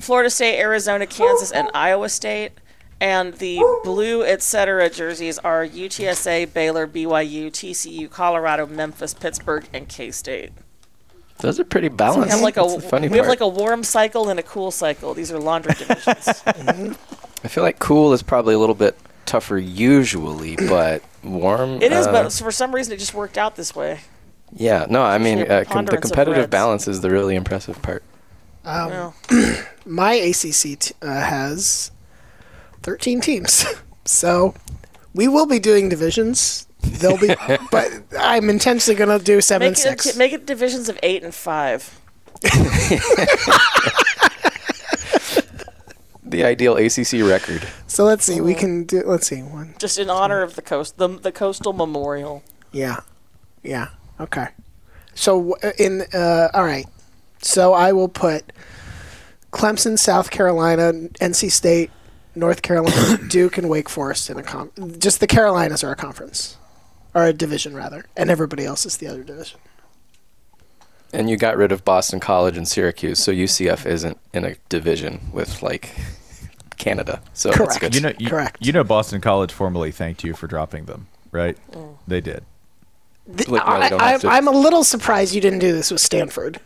S2: Florida State, Arizona, Kansas, and Iowa State. And the blue, et cetera, jerseys are UTSA, Baylor, BYU, TCU, Colorado, Memphis, Pittsburgh, and K State.
S3: Those are pretty balanced.
S2: We have like a
S3: That's the funny
S2: we have
S3: part.
S2: like a warm cycle and a cool cycle. These are laundry divisions.
S3: I feel like cool is probably a little bit tougher usually, but warm.
S2: it is,
S3: uh,
S2: but for some reason it just worked out this way.
S3: yeah, no, I mean
S2: Sheer
S3: uh, com- the
S2: preponderance of
S3: competitive
S2: reds.
S3: balance is the really impressive part.
S2: Well,
S5: my ACC t- uh, has 13 teams. so we will be doing divisions. They'll be, but I'm intentionally going to do 7
S2: make it
S5: 6.
S2: make it divisions of eight and five.
S3: The ideal ACC record.
S5: so let's see.
S2: Oh.
S5: We can do, let's see. One.
S2: Just in honor of the coast, the the coastal memorial.
S5: Yeah. Yeah. Okay. So w- in, uh, all right. So I will put Clemson, South Carolina, NC State, North Carolina, Duke, and Wake Forest in a com. Just the Carolinas are a conference, or a division rather, and everybody else is the other division.
S3: And you got rid of Boston College and Syracuse, so UCF isn't in a division with like Canada. So that's
S5: Correct.
S3: good.
S1: You know, you,
S5: Correct.
S1: you know, Boston College formally thanked you for dropping them, right?
S5: Mm.
S1: They did.
S5: The-
S3: Look, no, we
S5: I,
S3: don't have to-
S5: I, I'm a little surprised you didn't do this with Stanford.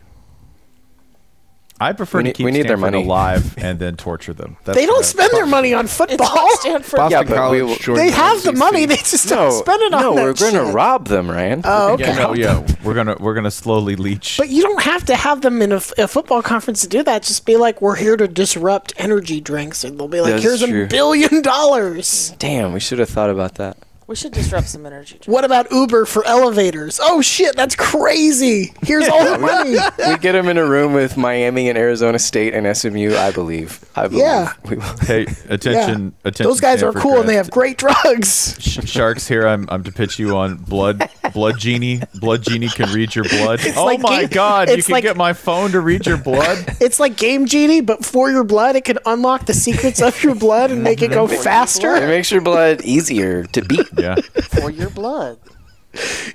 S1: I prefer
S3: We
S1: to
S3: need-
S1: keep
S3: we need their
S1: Stanford
S3: money.
S1: alive and then torture them. That's
S5: They don't
S1: what I-
S5: spend their money on
S2: It's
S5: football.
S2: like Stanford.
S4: Boston
S3: Yeah, but we
S4: College
S3: will-
S4: joined
S5: They have the
S4: ACC.
S5: money. They just
S3: no,
S5: don't spend it on
S3: no,
S5: that
S3: we're
S5: shit.
S3: gonna rob them, Ryan.
S5: Oh, okay.
S1: Yeah, no, yeah, we're gonna we're gonna slowly leech.
S5: But you don't have to have them in a, f- a football conference to do that. Just be like, we're here to disrupt energy drinks, and they'll be like,
S3: That's
S5: here's
S3: true.
S5: a billion dollars.
S3: Damn, we should have thought about that.
S2: We should disrupt some energy. drinks.
S5: What about Uber for elevators? Oh shit, that's crazy. Here's all the money.
S3: we get him in a room with Miami and Arizona State and SMU. I believe. I believe.
S5: Yeah.
S3: We will.
S1: Hey,
S5: Yeah.
S1: attention, attention!
S5: Those guys are
S1: Stanford
S5: cool, and they
S1: grads.
S5: have great drugs.
S1: Sh- sharks here i'm i'm to pitch you on blood blood genie blood genie can read your blood oh
S5: like
S1: my
S5: game-
S1: god you
S5: it's
S1: can
S5: like-
S1: get my phone to read your blood
S5: It's like Game Genie, but for your blood, it can unlock the secrets of your blood and make it go
S3: It
S5: faster.
S3: makes your blood easier to beat.
S1: yeah
S2: for your blood.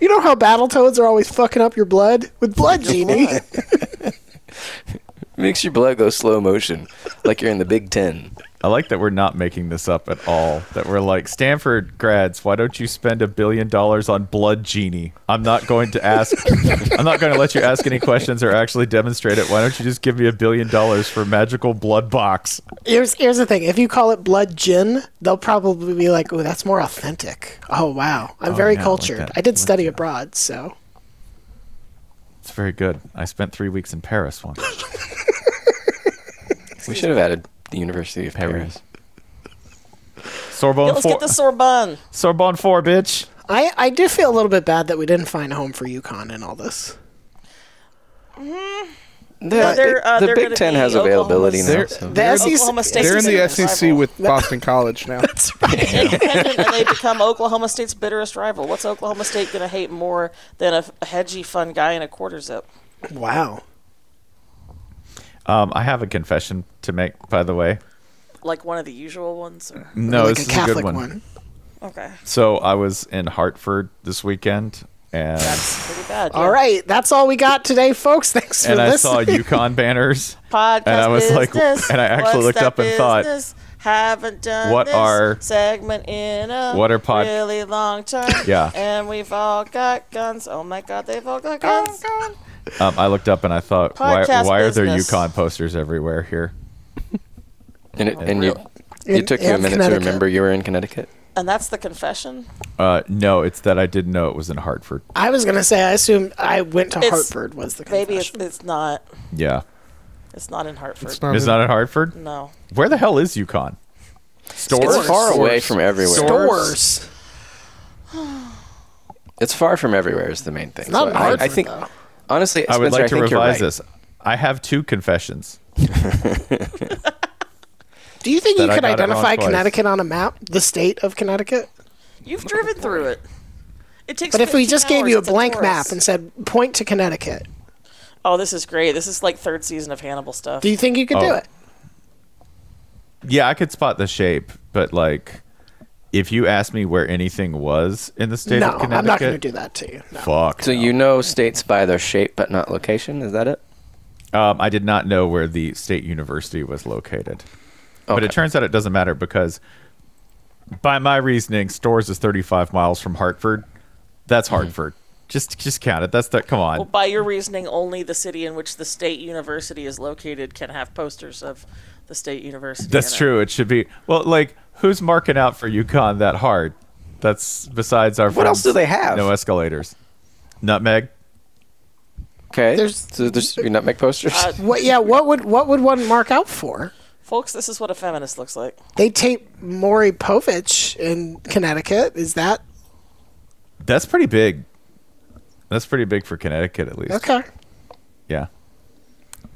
S5: You know how Battletoads are always fucking up your blood? With Blood Genie.
S3: It makes your blood go slow motion. like you're in the Big Ten.
S6: I like that we're not making this up at all. That we're like, Stanford grads, why don't you spend a billion dollars on Blood Genie? I'm not going to ask, I'm not going to let you ask any questions or actually demonstrate it. Why don't you just give me a billion dollars for Magical Blood Box?
S5: Here's here's the thing. If you call it blood gin, they'll probably be like, "Oh, that's more authentic." Oh wow, I'm very
S6: yeah, I like
S5: cultured.
S6: that.
S5: I did
S6: I like
S5: study
S6: that.
S5: abroad, so
S6: It's very good. I spent three weeks in Paris once.
S3: We should have added the University of Paris.
S6: Sorbonne
S2: let's
S6: 4.
S2: get the Sorbonne.
S6: Sorbonne 4, bitch.
S5: I I do feel a little bit bad that we didn't find a home for UConn in all this.
S3: The,
S2: they're, uh,
S3: the
S2: they're
S3: Big
S2: gonna
S3: Ten
S2: be
S3: has availability now.
S6: They're-
S3: so-
S5: The E E SEC
S2: Oklahoma State's
S4: They're in the
S2: biggest
S4: SEC
S2: rival.
S4: with Boston College now.
S5: That's right.
S2: independent and they become Oklahoma State's bitterest rival. What's Oklahoma State going to hate more than a, a hedgy, fun guy in a quarter zip?
S5: Wow.
S6: Um, I have a confession to make, by the way.
S2: Like one of the usual ones? Or...
S6: No,
S5: like a
S6: this is
S5: Catholic
S6: a good one.
S2: Okay.
S6: So I was in Hartford this weekend, and
S2: That's pretty bad.
S5: All right, that's all we got today, folks. Thanks for
S6: and I
S5: listening.
S6: saw Yukon banners.
S2: Podcast
S6: And I was like-
S2: business.
S6: and I actually
S2: What's
S6: looked
S2: that
S6: up and thought,
S2: business? haven't done
S6: what
S2: this
S6: are-
S2: segment in a
S6: what are pod-
S2: really long time.
S6: Yeah.
S2: and we've all got guns. Oh my God, they've all got guns.
S6: Um, I looked up and I thought, why,
S2: Podcast
S6: why are there
S2: business.
S6: Yukon posters everywhere here?
S3: and it, and you,
S5: In-
S3: it took you a
S5: in
S3: minute to
S5: Connecticut.
S3: remember you were in Connecticut.
S2: And that's the confession.
S6: Uh, no, it's that I didn't know it was in Hartford.
S5: I was gonna say I assume I went to Hartford was the confession.
S2: Maybe it's, it's not.
S6: Yeah,
S2: It's not in Hartford.
S4: It's not
S6: it's
S4: in-
S6: not in Hartford.
S2: No.
S6: Where the hell is Yukon? Stores.
S3: It's far away from everywhere.
S5: Doors.
S3: It's far from everywhere is the main thing.
S5: Not
S3: So
S5: in
S3: I, I
S5: Hartford,
S3: think
S5: though.
S3: honestly,
S6: I would
S3: Spencer,
S6: like to
S3: think you're
S6: revise
S3: right.
S6: this. I have two confessions.
S5: Do you think
S6: That
S5: you
S6: I
S5: could
S6: got it wrong
S5: identify
S6: twice.
S5: Connecticut on a map, the state of Connecticut?
S2: You've driven through it. It takes.
S5: But if we
S2: 15
S5: just gave
S2: hours,
S5: you a
S2: it's
S5: blank
S2: tourist.
S5: map and said point to Connecticut,
S2: oh, this is great. This is like third season of Hannibal stuff.
S5: do you think you could do
S6: Oh.
S5: it?
S6: Yeah, I could spot the shape, but like, if you asked me where anything was in the state
S5: No,
S6: of Connecticut,
S5: I'm not going to do that to you. No.
S6: Fuck.
S3: So you know states by their shape but not location. Is that it?
S6: Um, I did not know where the state university was located, but it
S3: Okay.
S6: turns out it doesn't matter because, by my reasoning, Stores is 35 miles from Hartford. That's Hartford. Just just count it. That's that. Come on.
S2: Well, by your reasoning, only the city in which the state university is located can have posters of the state university.
S6: That's
S2: in it.
S6: true. It should be well. Like who's marking out for UConn that hard? That's besides our. What
S3: else do they have?
S6: No escalators. Nutmeg.
S3: Okay.
S5: There's-
S3: so there's your nutmeg posters.
S2: Uh,
S5: What? Yeah. What would what would one mark out for?
S2: Folks, this is what a feminist looks like.
S5: They tape Maury Povich in Connecticut. Is that
S6: That's pretty big. That's pretty big for Connecticut, at least.
S5: okay?
S6: Yeah.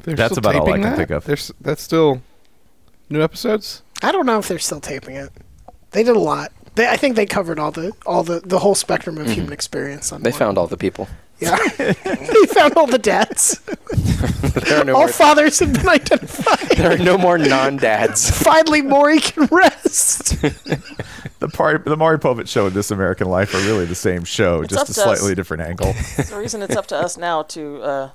S4: They're
S6: That's
S4: still
S6: about all I
S4: taping
S6: can
S4: that?
S6: think of.
S4: There's that's still new episodes.
S5: I don't know if they're still taping it. They did a lot. They, I think they covered all the all the, the whole spectrum
S6: Mm-hmm.
S5: of human experience. On
S3: they
S5: one.
S3: found all the people.
S5: Yeah. they found all the dads.
S3: There are no
S5: All
S3: more,
S5: fathers have been identified.
S3: there are no more non-dads.
S5: Finally, Maury can rest.
S6: The part, the Mari Povich show and This American Life are really the same show,
S2: up
S6: just a
S2: to us.
S6: slightly different angle.
S2: It's the reason it's up to us now to uh,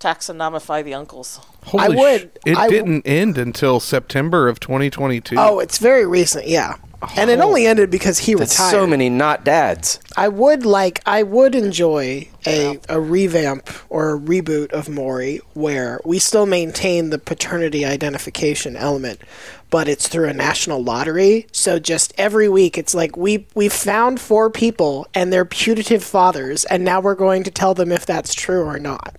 S2: taxonomify the uncles.
S4: Holy
S5: I would-
S4: sh- it
S5: I w-
S4: didn't end until September of 2022.
S5: Oh, it's very recent. Yeah. And it only ended because he
S3: Oh. That's
S5: retired.
S3: so many not dads.
S5: I would like I would enjoy a, a revamp or a reboot of Maury where we still maintain the paternity identification element, but it's through a national lottery. So just every week it's like we we found four people and they're putative fathers and now we're going to tell them if that's true or not.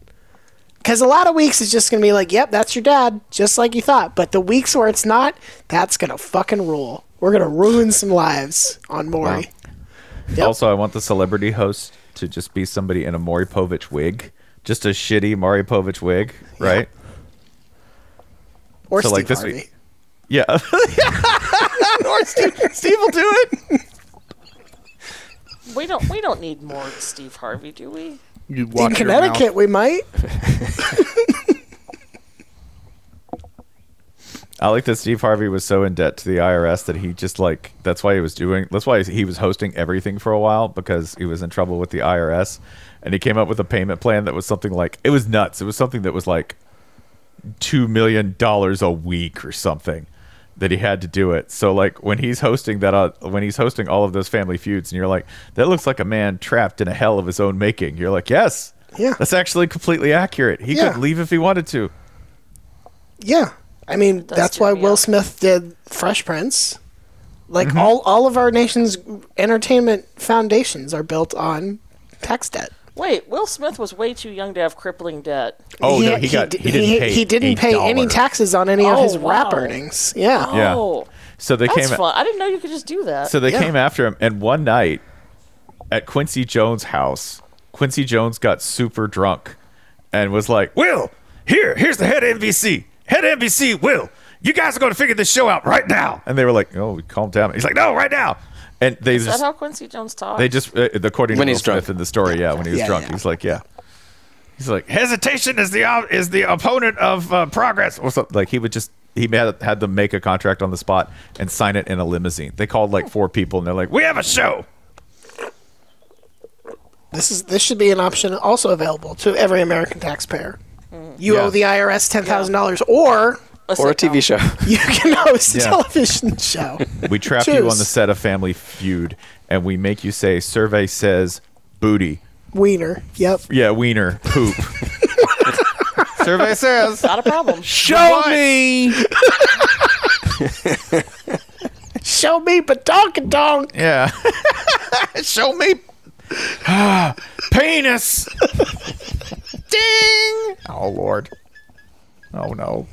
S5: Cause a lot of weeks it's just gonna be like, Yep, that's your dad, just like you thought. But the weeks where it's not, that's gonna fucking rule. We're gonna ruin some lives on Maury.
S6: Also, I want the celebrity host to just be somebody in a Maury Povich wig, just a shitty Maury Povich wig, right?
S5: Or
S6: So,
S5: Steve
S6: like, this
S5: Harvey.
S6: week- Yeah. or Steve, Steve will do it.
S2: We don't. We don't need more Steve Harvey, do we?
S4: you
S5: In
S4: watch your mouth.
S5: Connecticut, we might.
S6: I like that Steve Harvey was so in debt to the IRS that he just like that's why he was doing that's why he was hosting everything for a while because he was in trouble with the IRS and he came up with a payment plan that was something like it was nuts. It was something that was like
S1: two million dollars a week or something that he had to do it. So like when he's hosting that, uh, when he's hosting all of those Family Feuds, and you're like, that looks like a man trapped in a hell of his own making. You're like, yes,
S5: Yeah.
S1: that's actually completely accurate. He
S5: Yeah.
S1: could leave if he wanted to.
S5: Yeah. I mean,
S2: does
S5: that's
S2: cheer
S5: why
S2: me
S5: Will
S2: up.
S5: Smith did Fresh Prince. Like
S1: Mm-hmm.
S5: all, all of our nation's entertainment foundations are built on tax debt.
S2: Wait, Will Smith was way too young to have crippling debt.
S1: Oh no, he got
S5: d-
S1: he didn't pay
S5: he didn't pay any
S1: tax.
S5: taxes on any of
S2: Oh,
S5: his rap
S2: wow.
S5: earnings. Yeah.
S1: Yeah.
S2: Oh,
S1: So they
S2: that's
S1: came.
S2: fun. I didn't know you could just do that.
S1: So they
S5: Yeah.
S1: came after him, and one night at Quincy Jones' house, Quincy Jones got super drunk and was like, "Will, here, here's the head of NBC, head of NBC, Will, you guys are going to figure this show out right now." And they were like, "Oh, calm down." He's like, "No, right now." And they
S2: Is that
S1: just
S2: how Quincy Jones talks?
S1: they just uh, according
S3: When
S1: to
S3: he's
S1: Will Smith
S3: drunk.
S1: in the story, yeah, when he was
S5: Yeah,
S1: drunk,
S5: yeah.
S1: he's like, "Yeah." He's like, hesitation is the op- is the opponent of uh, progress, or something. Like he would just he had, had them make a contract on the spot and sign it in a limousine. They called like four people and they're like, "We have a show."
S5: This is this should be an option also available to every American taxpayer.
S2: Mm.
S5: You
S1: Yeah.
S5: owe the IRS ten thousand dollars, or
S3: or a TV show.
S5: you can host a
S1: Yeah.
S5: television show.
S1: We trap you on the
S5: Choose.
S1: set of Family Feud and we make you say, "Survey says booty."
S5: Wiener. Yep.
S1: Yeah, wiener poop. Survey says
S2: Not a problem.
S4: Show me.
S5: Show me but donk donk.
S1: Yeah. Show me. Penis. Ding. Oh, Lord. Oh, no.